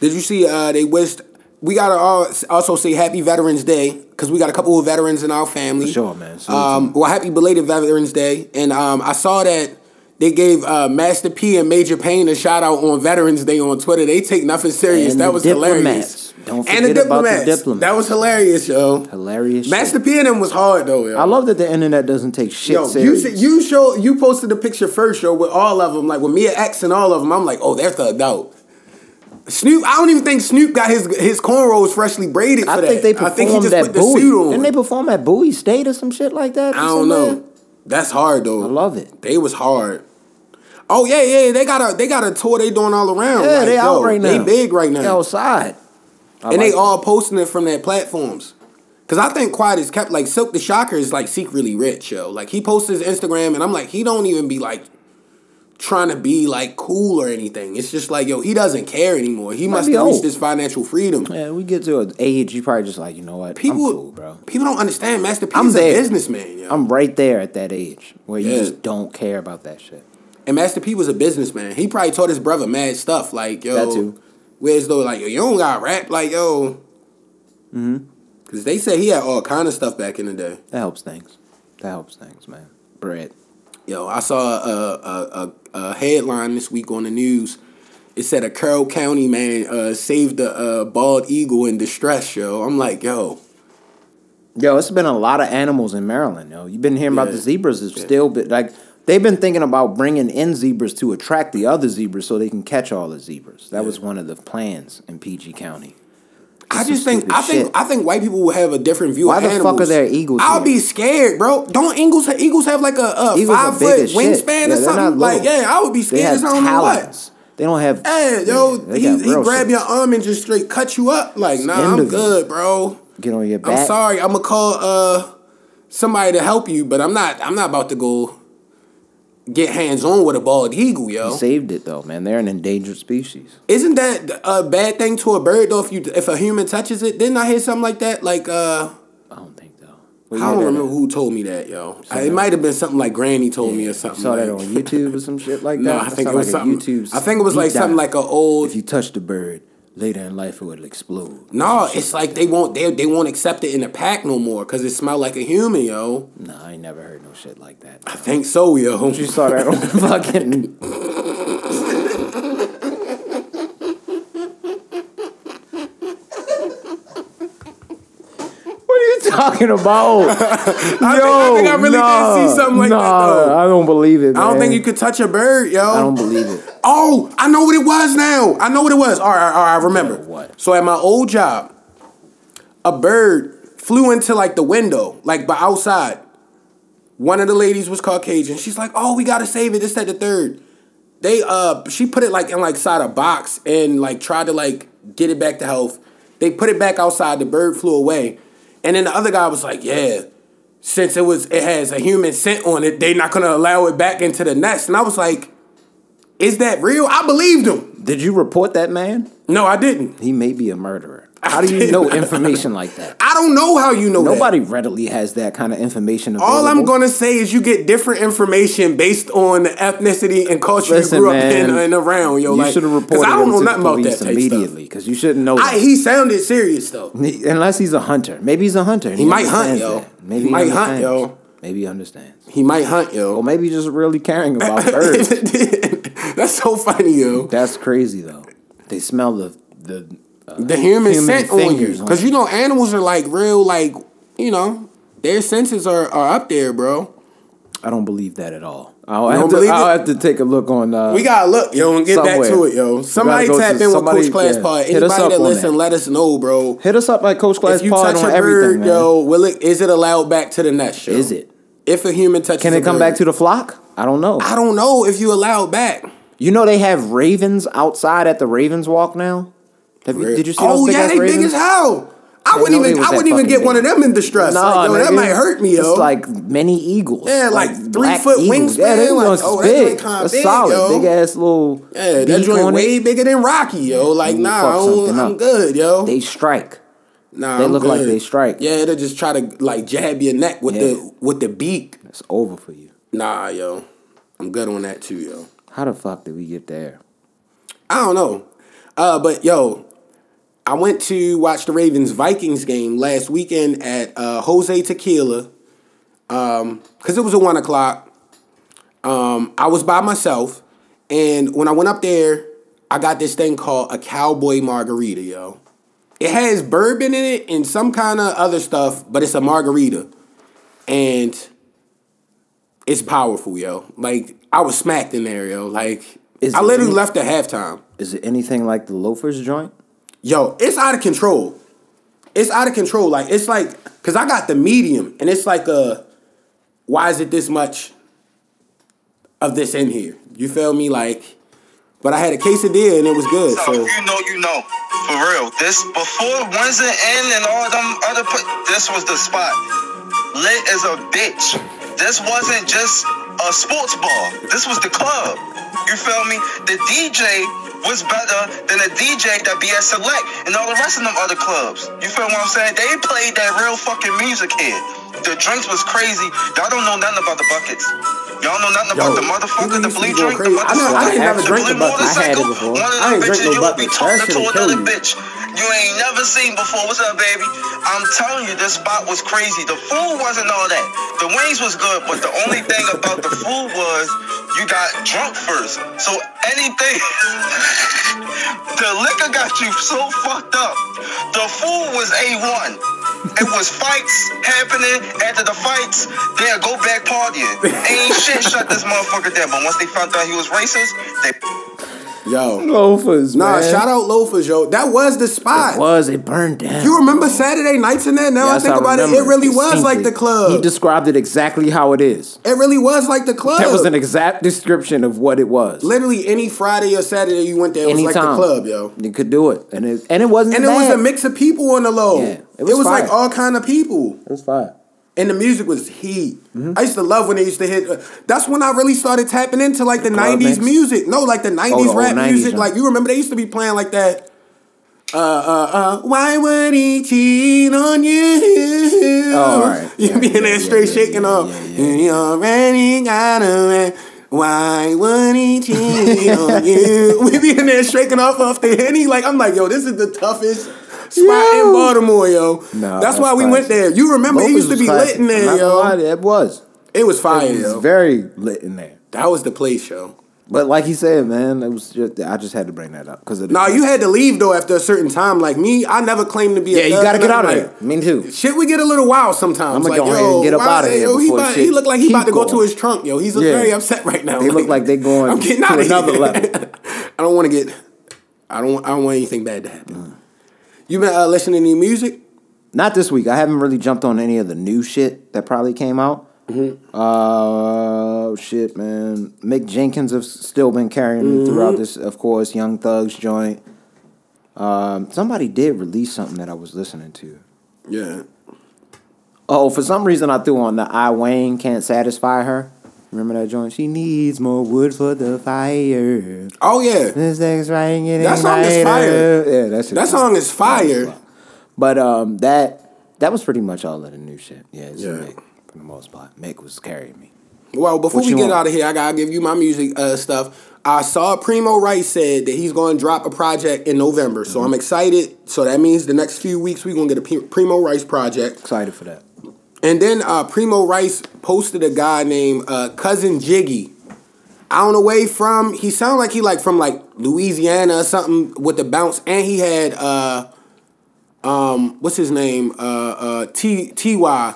Speaker 3: did you see? Uh, they wished we gotta all also say Happy Veterans Day because we got a couple of veterans in our family.
Speaker 2: For sure, man. Salute to
Speaker 3: Um, well, Happy belated Veterans Day, and um, I saw that. They gave uh, Master P and Major Payne a shout out on Veterans Day on Twitter. They take nothing serious.
Speaker 2: And
Speaker 3: that
Speaker 2: the
Speaker 3: was
Speaker 2: diplomats.
Speaker 3: hilarious.
Speaker 2: Don't
Speaker 3: and the
Speaker 2: forget about the
Speaker 3: diplomats.
Speaker 2: diplomats.
Speaker 3: That was hilarious, yo.
Speaker 2: Hilarious.
Speaker 3: Master
Speaker 2: shit.
Speaker 3: P and them was hard though, yo.
Speaker 2: I love that the internet doesn't take shit
Speaker 3: Yo, you,
Speaker 2: serious.
Speaker 3: said- you show you posted the picture first, yo, with all of them, like with Mia X and all of them. I'm like, oh, they're thugged out. Snoop, I don't even think Snoop got his his cornrows freshly braided for
Speaker 2: I
Speaker 3: that.
Speaker 2: think they performed
Speaker 3: I think he just
Speaker 2: at
Speaker 3: put the suit
Speaker 2: Bowie.
Speaker 3: on.
Speaker 2: Didn't they perform at Bowie State or some shit like that?
Speaker 3: I don't know. That's hard though.
Speaker 2: I love it.
Speaker 3: They was hard. Oh yeah, yeah. They got a they got a tour they doing all around.
Speaker 2: Yeah,
Speaker 3: Like,
Speaker 2: they out
Speaker 3: yo,
Speaker 2: right now.
Speaker 3: They big right now.
Speaker 2: They outside.
Speaker 3: and
Speaker 2: I like
Speaker 3: they
Speaker 2: that.
Speaker 3: all posting it from their platforms. Cause I think Quiet is kept like Silk the Shocker is like secretly rich, yo. Like he posts his Instagram and I'm like, he don't even be like trying to be like cool or anything. It's just like, yo, he doesn't care anymore. He
Speaker 2: Might
Speaker 3: must
Speaker 2: be
Speaker 3: have reached
Speaker 2: old.
Speaker 3: his financial freedom.
Speaker 2: Yeah, we get to an age, you probably just like, you know what?
Speaker 3: People
Speaker 2: I'm cool, bro.
Speaker 3: people don't understand Master P
Speaker 2: I'm
Speaker 3: is a
Speaker 2: there.
Speaker 3: businessman, yo.
Speaker 2: I'm right there at that age where you
Speaker 3: Yeah.
Speaker 2: just don't care about that shit.
Speaker 3: and Master P was a businessman. He probably taught his brother mad stuff, like, yo,
Speaker 2: That too.
Speaker 3: where's though like, yo, you don't got rap, like, yo. Mm-hmm.
Speaker 2: Mm-hmm.
Speaker 3: Cause they said he had all kind of stuff back in the day.
Speaker 2: That helps things. That helps things, man. Bread.
Speaker 3: Yo, I saw a, a, a, a headline this week on the news. It said a Carroll County man uh, saved a uh, bald eagle in distress. Yo, I'm like, yo,
Speaker 2: Yo, it's been a lot of animals in Maryland, yo. You've been hearing about
Speaker 3: Yeah.
Speaker 2: the zebras. It's still been, like, they've been thinking about bringing in zebras to attract the other zebras so they can catch all the zebras. That was one of the plans in PG County.
Speaker 3: I
Speaker 2: some
Speaker 3: just think
Speaker 2: stupid
Speaker 3: I think
Speaker 2: shit.
Speaker 3: I think white people will have a different view.
Speaker 2: Why
Speaker 3: of
Speaker 2: the fuck
Speaker 3: animals.
Speaker 2: are there eagles
Speaker 3: I'll
Speaker 2: here?
Speaker 3: be scared, bro. Don't eagles eagles have like a, a
Speaker 2: Eagles are
Speaker 3: five
Speaker 2: big
Speaker 3: foot
Speaker 2: as shit.
Speaker 3: wingspan
Speaker 2: Yeah,
Speaker 3: or
Speaker 2: they're
Speaker 3: something?
Speaker 2: not
Speaker 3: Like,
Speaker 2: little.
Speaker 3: yeah, I would be
Speaker 2: They
Speaker 3: scared.
Speaker 2: have
Speaker 3: as I don't know what.
Speaker 2: talons. They don't have.
Speaker 3: Hey, yo,
Speaker 2: Yeah, they
Speaker 3: he,
Speaker 2: got
Speaker 3: he
Speaker 2: real
Speaker 3: grab
Speaker 2: shit.
Speaker 3: your arm and just straight cut you up. Like, nah,
Speaker 2: end
Speaker 3: I'm
Speaker 2: of it.
Speaker 3: good, bro.
Speaker 2: Get on your back.
Speaker 3: I'm sorry. I'm gonna call uh somebody to help you, but I'm not. I'm not about to go get hands on with a bald eagle, yo.
Speaker 2: You saved it though, man. They're an endangered species.
Speaker 3: Isn't that a bad thing to a bird though? If you if a human touches it, didn't I hear something like that? Like uh,
Speaker 2: I don't think though.
Speaker 3: I don't remember who told me that, yo. it might have been something like Granny told me or something.
Speaker 2: Saw that on
Speaker 3: like- (laughs)
Speaker 2: YouTube or some shit like that.
Speaker 3: No, I
Speaker 2: That
Speaker 3: think it
Speaker 2: sound
Speaker 3: was
Speaker 2: like a
Speaker 3: something.
Speaker 2: YouTube's
Speaker 3: I think it was
Speaker 2: deep
Speaker 3: like something like
Speaker 2: dive.
Speaker 3: a old.
Speaker 2: If you touch the bird later in life, it would explode.
Speaker 3: no, it's like they won't they they won't accept it in a pack no more because it smelled like a human, yo.
Speaker 2: Nah, I ain't never heard no shit like that.
Speaker 3: I think so, yo. (laughs)
Speaker 2: You saw that (laughs) on fucking. What are you talking about?
Speaker 3: (laughs) I,
Speaker 2: Yo,
Speaker 3: think, I think I really did see something like
Speaker 2: nah,
Speaker 3: that though.
Speaker 2: I don't believe it. Man.
Speaker 3: I don't think you could touch a bird, yo.
Speaker 2: I don't believe it.
Speaker 3: Oh, I know what it was now. I know what it was. All right, all right, I remember.
Speaker 2: Yeah, what?
Speaker 3: So at my old job, a bird flew into like the window, like by outside. One of the ladies was Caucasian. She's like, "Oh, we gotta save it." This, that, the third. They uh, she put it like in like side a box and like tried to like get it back to health. They put it back outside. The bird flew away, and then the other guy was like, "Yeah, since it was it has a human scent on it, they not gonna allow it back into the nest." And I was like, "Is that real?" I believed him.
Speaker 2: Did you report that man?
Speaker 3: No, I didn't.
Speaker 2: He may be
Speaker 3: (laughs)
Speaker 2: a murderer. How do you know information like that?
Speaker 3: I don't know how you know that.
Speaker 2: Nobody readily has that kind of information available.
Speaker 3: All I'm gonna say is you get different information based on the ethnicity and culture
Speaker 2: Listen,
Speaker 3: you grew up
Speaker 2: man,
Speaker 3: in and around. Yo,
Speaker 2: you
Speaker 3: like,
Speaker 2: should have
Speaker 3: 'cause
Speaker 2: reported
Speaker 3: I don't
Speaker 2: him
Speaker 3: know
Speaker 2: to the
Speaker 3: nothing about
Speaker 2: police
Speaker 3: that type
Speaker 2: immediately because you shouldn't know.
Speaker 3: stuff. I,
Speaker 2: that.
Speaker 3: he sounded serious though.
Speaker 2: Unless he's a hunter, maybe he's a hunter. and
Speaker 3: He might hunt,
Speaker 2: understands
Speaker 3: yo.
Speaker 2: that. Maybe
Speaker 3: He might hunt,
Speaker 2: understands.
Speaker 3: yo.
Speaker 2: Maybe he understands,
Speaker 3: He might hunt (laughs)
Speaker 2: or
Speaker 3: yo.
Speaker 2: maybe he's just really
Speaker 3: (laughs)
Speaker 2: caring about birds.
Speaker 3: That's so funny, yo.
Speaker 2: That's crazy though. They smell the the uh,
Speaker 3: The human, scent on you
Speaker 2: fingers
Speaker 3: because you know animals are like real, like you know their senses are, are up there, bro.
Speaker 2: I don't believe that at all. I'll,
Speaker 3: don't
Speaker 2: have to,
Speaker 3: believe
Speaker 2: I'll
Speaker 3: it?
Speaker 2: have to take a look on. Uh,
Speaker 3: We gotta look, yo, and get back to
Speaker 2: Somewhere.
Speaker 3: it, yo.
Speaker 2: We
Speaker 3: Somebody
Speaker 2: gotta go
Speaker 3: tap
Speaker 2: to-
Speaker 3: in with
Speaker 2: somebody,
Speaker 3: Coach Class
Speaker 2: yeah.
Speaker 3: Pod.
Speaker 2: Hit us
Speaker 3: Anybody
Speaker 2: up
Speaker 3: that
Speaker 2: on
Speaker 3: listen,
Speaker 2: that.
Speaker 3: let us know, bro.
Speaker 2: Hit us up at Coach Class
Speaker 3: if you
Speaker 2: Pod
Speaker 3: touch
Speaker 2: on
Speaker 3: a bird,
Speaker 2: everything, man.
Speaker 3: yo, will it is it allowed back to the nest? Yo?
Speaker 2: Is it?
Speaker 3: If a human touches,
Speaker 2: Can
Speaker 3: a
Speaker 2: it come
Speaker 3: bird?
Speaker 2: back to the flock? I don't know.
Speaker 3: I don't know if you allowed back.
Speaker 2: You know they have ravens outside at the Ravens Walk now. Have you, did you see those
Speaker 3: oh
Speaker 2: big
Speaker 3: yeah,
Speaker 2: ass
Speaker 3: they
Speaker 2: ravens?
Speaker 3: big as hell. I
Speaker 2: I know
Speaker 3: wouldn't
Speaker 2: they
Speaker 3: even.
Speaker 2: was
Speaker 3: I
Speaker 2: that
Speaker 3: wouldn't even
Speaker 2: fucking
Speaker 3: get one of
Speaker 2: big.
Speaker 3: them in distress.
Speaker 2: Nah,
Speaker 3: like, yo, that
Speaker 2: nigga.
Speaker 3: might hurt me, yo.
Speaker 2: It's like many eagles.
Speaker 3: Yeah, like three
Speaker 2: black
Speaker 3: foot
Speaker 2: eagles.
Speaker 3: wingspan,
Speaker 2: Yeah, they
Speaker 3: like,
Speaker 2: joints
Speaker 3: oh, that
Speaker 2: big.
Speaker 3: joint kinda
Speaker 2: That's
Speaker 3: big,
Speaker 2: solid.
Speaker 3: yo.
Speaker 2: Big ass little.
Speaker 3: yeah, that
Speaker 2: beak
Speaker 3: joint
Speaker 2: on it.
Speaker 3: way bigger than Rocky, yo. Like
Speaker 2: you
Speaker 3: nah,
Speaker 2: fuck
Speaker 3: I don't-
Speaker 2: something
Speaker 3: I'm
Speaker 2: up.
Speaker 3: good, yo.
Speaker 2: They strike.
Speaker 3: nah,
Speaker 2: they
Speaker 3: I'm
Speaker 2: look like
Speaker 3: good.
Speaker 2: they strike.
Speaker 3: Yeah, they just try to like jab your neck with
Speaker 2: Yeah.
Speaker 3: the with the beak.
Speaker 2: It's over for you.
Speaker 3: Nah, yo, I'm good on that too, yo.
Speaker 2: How the fuck did we get there?
Speaker 3: I don't know. Uh, but yo, I went to watch the Ravens Vikings game last weekend at uh, Jose Tequila. Um, cause it was a one o'clock. Um, I was by myself, and when I went up there, I got this thing called a cowboy margarita, yo. It has bourbon in it and some kind of other stuff, but it's a margarita, and it's powerful, yo. Like I was smacked in there, yo. Like
Speaker 2: Is
Speaker 3: I
Speaker 2: it
Speaker 3: literally
Speaker 2: any-
Speaker 3: left at halftime.
Speaker 2: Is it anything like the loafers joint?
Speaker 3: Yo, it's out of control. It's out of control. Like it's like cause I got the medium and it's like a why is it this much of this in here? You feel me? Like but I had a quesadilla and it was good. So
Speaker 8: So if you know, you know. For real. This before Windsor End and all them other pla- this was the spot. Lit as a bitch. This wasn't just a sports bar. This was the club. You feel me? The DJ was better than the DJ that be at Select and all the rest of them other clubs. You feel what I'm saying? They played that real fucking music here. The drinks was crazy. Y'all don't know nothing about the buckets. Y'all know
Speaker 3: Yo,
Speaker 8: nothing about the motherfucker, the
Speaker 3: people
Speaker 8: blue
Speaker 3: used to go crazy.
Speaker 8: drink, the
Speaker 3: I know- I
Speaker 8: motherfucker.
Speaker 3: didn't ever
Speaker 8: the
Speaker 3: drink the
Speaker 8: blue
Speaker 3: Buckets.
Speaker 2: I had it
Speaker 8: motorcycle,
Speaker 2: before.
Speaker 8: One of
Speaker 3: I
Speaker 8: them
Speaker 3: ain't drink
Speaker 8: bitches
Speaker 3: no
Speaker 8: you would be
Speaker 3: Buckets. That
Speaker 8: talking to
Speaker 3: shit'll kill
Speaker 8: another
Speaker 3: you.
Speaker 8: bitch you ain't never seen before. What's up, baby? I'm telling you, this spot was crazy. The food wasn't all that. The wings was good, but the only thing about the food was you got drunk first. So anything, (laughs) the liquor got you so fucked up. The food was A1. It was fights happening. After the fights, they'll go back partying. Ain't shit shut this motherfucker down. But once they found out he was racist, they
Speaker 3: yo.
Speaker 2: Loafers,
Speaker 3: Nah, shout out loafers, yo. That was the spot.
Speaker 2: Was it burned down?
Speaker 3: You remember Saturday nights in there? Now
Speaker 2: Yes,
Speaker 3: I think about
Speaker 2: remember
Speaker 3: it, it really was like the
Speaker 2: distinctly.
Speaker 3: club.
Speaker 2: He described it exactly how it is.
Speaker 3: it really was like the club.
Speaker 2: That was an exact description of what it was.
Speaker 3: Literally any Friday or Saturday you went there, it was like the
Speaker 2: Anytime.
Speaker 3: club, yo.
Speaker 2: You could do it, and it and it wasn't.
Speaker 3: And it was
Speaker 2: bad.
Speaker 3: a mix of people on the low.
Speaker 2: Yeah, it
Speaker 3: it was,
Speaker 2: was
Speaker 3: like
Speaker 2: fire.
Speaker 3: all kind of people.
Speaker 2: It was fire.
Speaker 3: and the music was heat. I used to love when they used to hit. Uh, that's when I really started tapping into like the
Speaker 2: club
Speaker 3: nineties
Speaker 2: mix? Oh,
Speaker 3: music. No, like the nineties
Speaker 2: old
Speaker 3: rap
Speaker 2: 90s
Speaker 3: music.
Speaker 2: joint.
Speaker 3: Like you remember they used to be playing like that. Uh, uh, uh, why would he cheat on you?
Speaker 2: Oh, all right.
Speaker 3: (laughs) You
Speaker 2: Yeah,
Speaker 3: be in
Speaker 2: yeah,
Speaker 3: there
Speaker 2: yeah,
Speaker 3: straight
Speaker 2: yeah,
Speaker 3: shaking
Speaker 2: yeah,
Speaker 3: off.
Speaker 2: yeah,
Speaker 3: You already got away. Why would he
Speaker 2: (laughs)
Speaker 3: cheat on you? We be in there shaking off off the henny. Like I'm like, yo, this is the toughest spot in
Speaker 2: Yo.
Speaker 3: Baltimore, yo.
Speaker 2: Nah,
Speaker 3: that's
Speaker 2: that's
Speaker 3: why we
Speaker 2: classic.
Speaker 3: went there. You remember it used to be lit in there, yo.
Speaker 2: It was.
Speaker 3: It was fire,
Speaker 2: It was
Speaker 3: yo.
Speaker 2: very lit in there.
Speaker 3: that was the place, yo.
Speaker 2: But like he said, man, it was. Just, I just had to bring that up because
Speaker 3: Nah, you had to leave though after a certain time. Like me, I never claimed to be.
Speaker 2: Yeah,
Speaker 3: a
Speaker 2: you
Speaker 3: thug,
Speaker 2: gotta get out of
Speaker 3: nothing
Speaker 2: there. Me too.
Speaker 3: Shit, we get a little wild sometimes.
Speaker 2: I'ma
Speaker 3: like,
Speaker 2: go ahead
Speaker 3: yo,
Speaker 2: and get up
Speaker 3: why-
Speaker 2: outta here
Speaker 3: Yo, he,
Speaker 2: before
Speaker 3: about,
Speaker 2: shit
Speaker 3: he look like he
Speaker 2: keep
Speaker 3: about to go to
Speaker 2: going.
Speaker 3: his trunk, yo. He's
Speaker 2: Yeah.
Speaker 3: very upset right now.
Speaker 2: They look like
Speaker 3: (laughs)
Speaker 2: they going
Speaker 3: I'm getting
Speaker 2: to
Speaker 3: out of
Speaker 2: another
Speaker 3: here.
Speaker 2: level.
Speaker 3: (laughs) I don't want to get. I don't. I don't want anything bad to happen. You been uh, listening to any music?
Speaker 2: Not this week. I haven't really jumped on any of the new shit that probably came out.
Speaker 3: Mm-hmm.
Speaker 2: Uh, shit, man.
Speaker 3: Mm-hmm.
Speaker 2: Mick Jenkins has still been carrying me throughout this, of course. Young Thug's joint. Um, somebody did release something that I was listening to.
Speaker 3: Yeah.
Speaker 2: Oh, for some reason I threw on the I Wayne can't satisfy her. Remember that joint? She needs more wood for the fire.
Speaker 3: Oh yeah.
Speaker 2: This thing's right getting
Speaker 3: That song is
Speaker 2: lighter.
Speaker 3: fire.
Speaker 2: Yeah, that's
Speaker 3: That song is fire.
Speaker 2: But um, that that was pretty much all of the new shit. Yeah, it's
Speaker 3: Yeah.
Speaker 2: Mick for the most part. Mick was carrying me.
Speaker 3: Well, before
Speaker 2: What
Speaker 3: we
Speaker 2: you
Speaker 3: get
Speaker 2: want?
Speaker 3: out of here, I gotta give you my music uh, stuff. I saw Primo Wright said that he's gonna drop a project in November, so I'm excited. So that means the next few weeks we're gonna get a P- Primo Rice project.
Speaker 2: Excited for that.
Speaker 3: And then uh, Primo Rice posted a guy named uh, Cousin Jiggy. I don't know where he from. He sounded like he like from like Louisiana or something with the bounce. And he had uh, um, what's his name? Uh, uh, T T Y,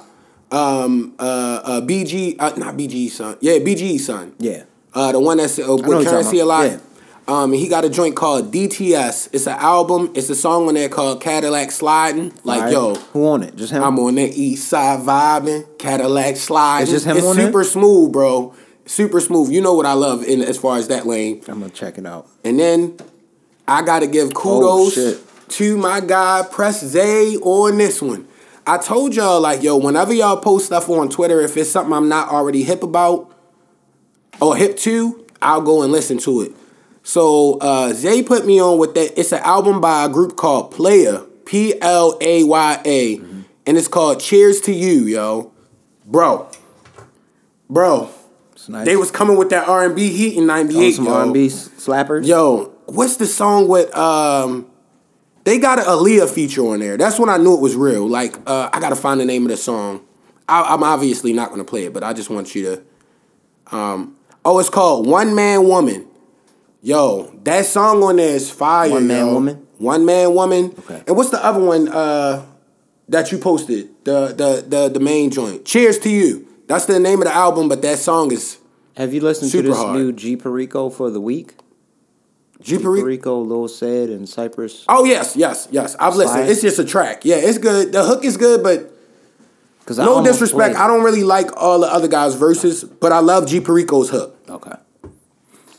Speaker 3: um, uh, uh, BG, uh, not BG son. Yeah, BG son.
Speaker 2: Yeah.
Speaker 3: Uh, the one that's uh,
Speaker 2: what
Speaker 3: with
Speaker 2: you're
Speaker 3: Currency
Speaker 2: talking
Speaker 3: a lot.
Speaker 2: about. Yeah.
Speaker 3: Um, he got a joint called DTS. It's an album. It's a song on there called Cadillac Sliding. Like
Speaker 2: Alright.
Speaker 3: yo,
Speaker 2: who on it? Just him.
Speaker 3: I'm on the east side vibing, Cadillac sliding.
Speaker 2: It's just him
Speaker 3: It's
Speaker 2: on it?
Speaker 3: super smooth, bro. Super smooth. You know what I love in as far as that lane.
Speaker 2: I'm gonna check it out.
Speaker 3: And then I gotta give kudos
Speaker 2: Oh, shit.
Speaker 3: to my guy Press Zay on this one. I told y'all like yo, whenever y'all post stuff on Twitter, if it's something I'm not already hip about or hip to, I'll go and listen to it. So uh, Zay put me on with that. It's an album by a group called Playa, P L A Y A,
Speaker 2: Mm-hmm.
Speaker 3: and it's called Cheers to You, yo, bro, bro.
Speaker 2: It's nice.
Speaker 3: They was coming with that R and B heat in
Speaker 2: on
Speaker 3: '98,
Speaker 2: some
Speaker 3: yo.
Speaker 2: R&B slappers.
Speaker 3: Yo, what's the song with um? They got an Aaliyah feature on there. That's when I knew it was real. Like, uh, I gotta find the name of the song. I, I'm obviously not gonna play it, but I just want you to. Um, oh, it's called One Man Woman. Yo, that song on there is fire.
Speaker 2: One Man
Speaker 3: yo.
Speaker 2: Woman?
Speaker 3: One Man Woman.
Speaker 2: Okay.
Speaker 3: And what's the other one uh, that you posted? The the the the main joint. Cheers to you. That's the name of the album, but that song is
Speaker 2: Have you listened
Speaker 3: Super
Speaker 2: to this
Speaker 3: hard.
Speaker 2: new G Perico for the week?
Speaker 3: G
Speaker 2: Perico,
Speaker 3: Perico.
Speaker 2: Lil Said, and Cypress.
Speaker 3: Oh yes, yes, yes. I've listened.
Speaker 2: Slide.
Speaker 3: It's just a track. Yeah, it's good. The hook is good, but
Speaker 2: 'Cause I
Speaker 3: no
Speaker 2: almost
Speaker 3: disrespect.
Speaker 2: played-
Speaker 3: I don't really like all the other guys' verses, but I love G Perico's hook.
Speaker 2: Okay.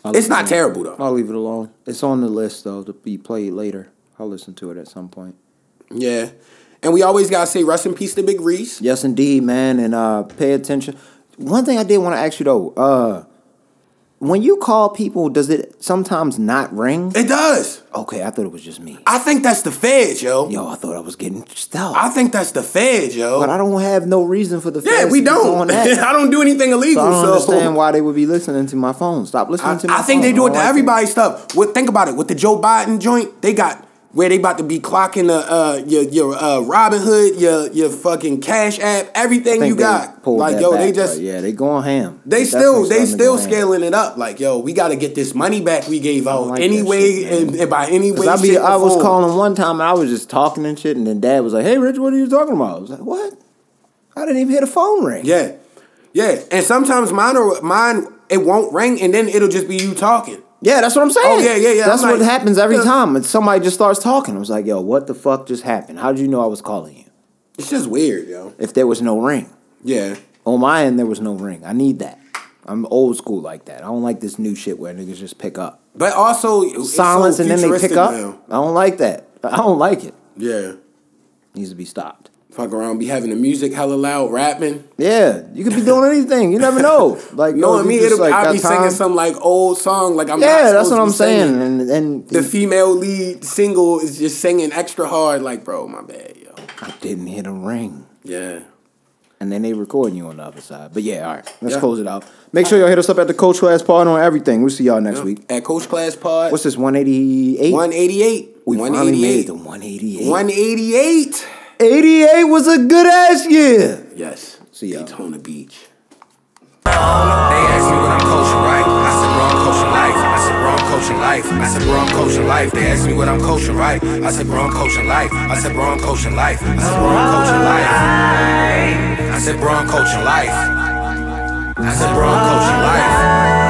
Speaker 2: I'll
Speaker 3: It's
Speaker 2: leave it
Speaker 3: not
Speaker 2: alone.
Speaker 3: terrible though.
Speaker 2: I'll leave it alone. It's on the list though to be played later. I'll listen to it at some point.
Speaker 3: Yeah, and we always gotta say rest in peace to Big Reese.
Speaker 2: Yes, indeed, man, and uh, pay attention. One thing I did want to ask you though, uh, when you call people, does it sometimes not ring?
Speaker 3: It does.
Speaker 2: Okay, I thought it was just me.
Speaker 3: I think that's the feds, yo.
Speaker 2: Yo, I thought I was getting stealth.
Speaker 3: I think that's the feds, yo.
Speaker 2: but I don't have no reason for the
Speaker 3: yeah,
Speaker 2: feds
Speaker 3: we
Speaker 2: to be doing
Speaker 3: don't.
Speaker 2: (laughs) that.
Speaker 3: (laughs) I don't do anything
Speaker 2: So
Speaker 3: illegal.
Speaker 2: I don't
Speaker 3: so-
Speaker 2: understand why they would be listening to my phone. Stop listening
Speaker 3: I,
Speaker 2: to my
Speaker 3: I think
Speaker 2: phone.
Speaker 3: they do it
Speaker 2: I don't
Speaker 3: to
Speaker 2: like
Speaker 3: everybody stuff. What think about it with the Joe Biden joint? They got where they about to be clocking the uh, your your uh, Robin Hood, your your fucking Cash App,
Speaker 2: that. I
Speaker 3: everything
Speaker 2: think
Speaker 3: you
Speaker 2: they
Speaker 3: got.
Speaker 2: pulled
Speaker 3: Like
Speaker 2: that
Speaker 3: yo,
Speaker 2: back,
Speaker 3: they
Speaker 2: but
Speaker 3: just
Speaker 2: yeah, they going ham.
Speaker 3: they still
Speaker 2: definitely
Speaker 3: they
Speaker 2: starting to go
Speaker 3: still
Speaker 2: ham.
Speaker 3: scaling it up. Like yo, we got to get this money back we gave out
Speaker 2: like
Speaker 3: any
Speaker 2: that
Speaker 3: way
Speaker 2: shit, man.
Speaker 3: and, and by any way.
Speaker 2: Cause I be,
Speaker 3: shape, or
Speaker 2: I was
Speaker 3: form.
Speaker 2: calling one time and I was just talking and shit, and then Dad was like, "Hey, Rich, what are you talking about?" I was like, "What?" I didn't even hear the phone ring.
Speaker 3: Yeah, yeah, and sometimes mine or mine it won't ring, and then it'll just be you talking.
Speaker 2: yeah, that's what I'm saying.
Speaker 3: Oh, yeah, yeah, yeah.
Speaker 2: That's
Speaker 3: I'm
Speaker 2: what
Speaker 3: like,
Speaker 2: happens every
Speaker 3: yeah.
Speaker 2: time. And somebody just starts talking. I was like, "Yo, what the fuck just happened? How did you know I was calling you
Speaker 3: It's just weird, yo.
Speaker 2: if there was no ring?"
Speaker 3: Yeah.
Speaker 2: On my end, there was no ring. I need that. I'm old school like that. I don't like this new shit where niggas just pick up
Speaker 3: But also it's so
Speaker 2: silence and then they pick
Speaker 3: futuristic
Speaker 2: up.
Speaker 3: now.
Speaker 2: I don't like that. I don't like it.
Speaker 3: Yeah.
Speaker 2: Needs to be stopped.
Speaker 3: fuck around, be having the music hella loud, rapping.
Speaker 2: Yeah, you could be doing
Speaker 3: (laughs)
Speaker 2: anything. You never know. Like yo,
Speaker 3: Knowing
Speaker 2: you
Speaker 3: me,
Speaker 2: just,
Speaker 3: it'll
Speaker 2: like,
Speaker 3: I'll
Speaker 2: got
Speaker 3: be
Speaker 2: time.
Speaker 3: singing some like old song, like I'm not
Speaker 2: Yeah, that's
Speaker 3: supposed
Speaker 2: what
Speaker 3: to
Speaker 2: I'm
Speaker 3: be
Speaker 2: saying. And and
Speaker 3: The female lead single is just singing extra hard, like bro, my bad, yo.
Speaker 2: I didn't hit a ring.
Speaker 3: Yeah.
Speaker 2: And then they recording you on the other side. But yeah, all right, let's
Speaker 3: Yeah.
Speaker 2: close it out. Make sure y'all hit us up at the Coach Class Pod on everything. We'll see y'all next week.
Speaker 3: At Coach Class Pod,
Speaker 2: What's this? One eighty eight.
Speaker 3: one eighty eight.
Speaker 2: We
Speaker 3: One
Speaker 2: finally
Speaker 3: eighty
Speaker 2: made it
Speaker 3: eight.
Speaker 2: to one eighty eight.
Speaker 3: One eighty eight.
Speaker 2: 188 was a good ass year.
Speaker 3: Yes.
Speaker 2: See y'all.
Speaker 3: Daytona Beach.
Speaker 1: They ask me what I'm coaching, right? I said, bro, I'm coaching life. I said, bro, I'm coaching life. I said, bro, I'm coaching life. They ask me what I'm coaching, right? I said, bro, I'm coaching life. I said, bro, I'm coaching life. I said, bro, I'm coaching life. I said, bro, I'm coaching life. I said, bro, I'm coaching life.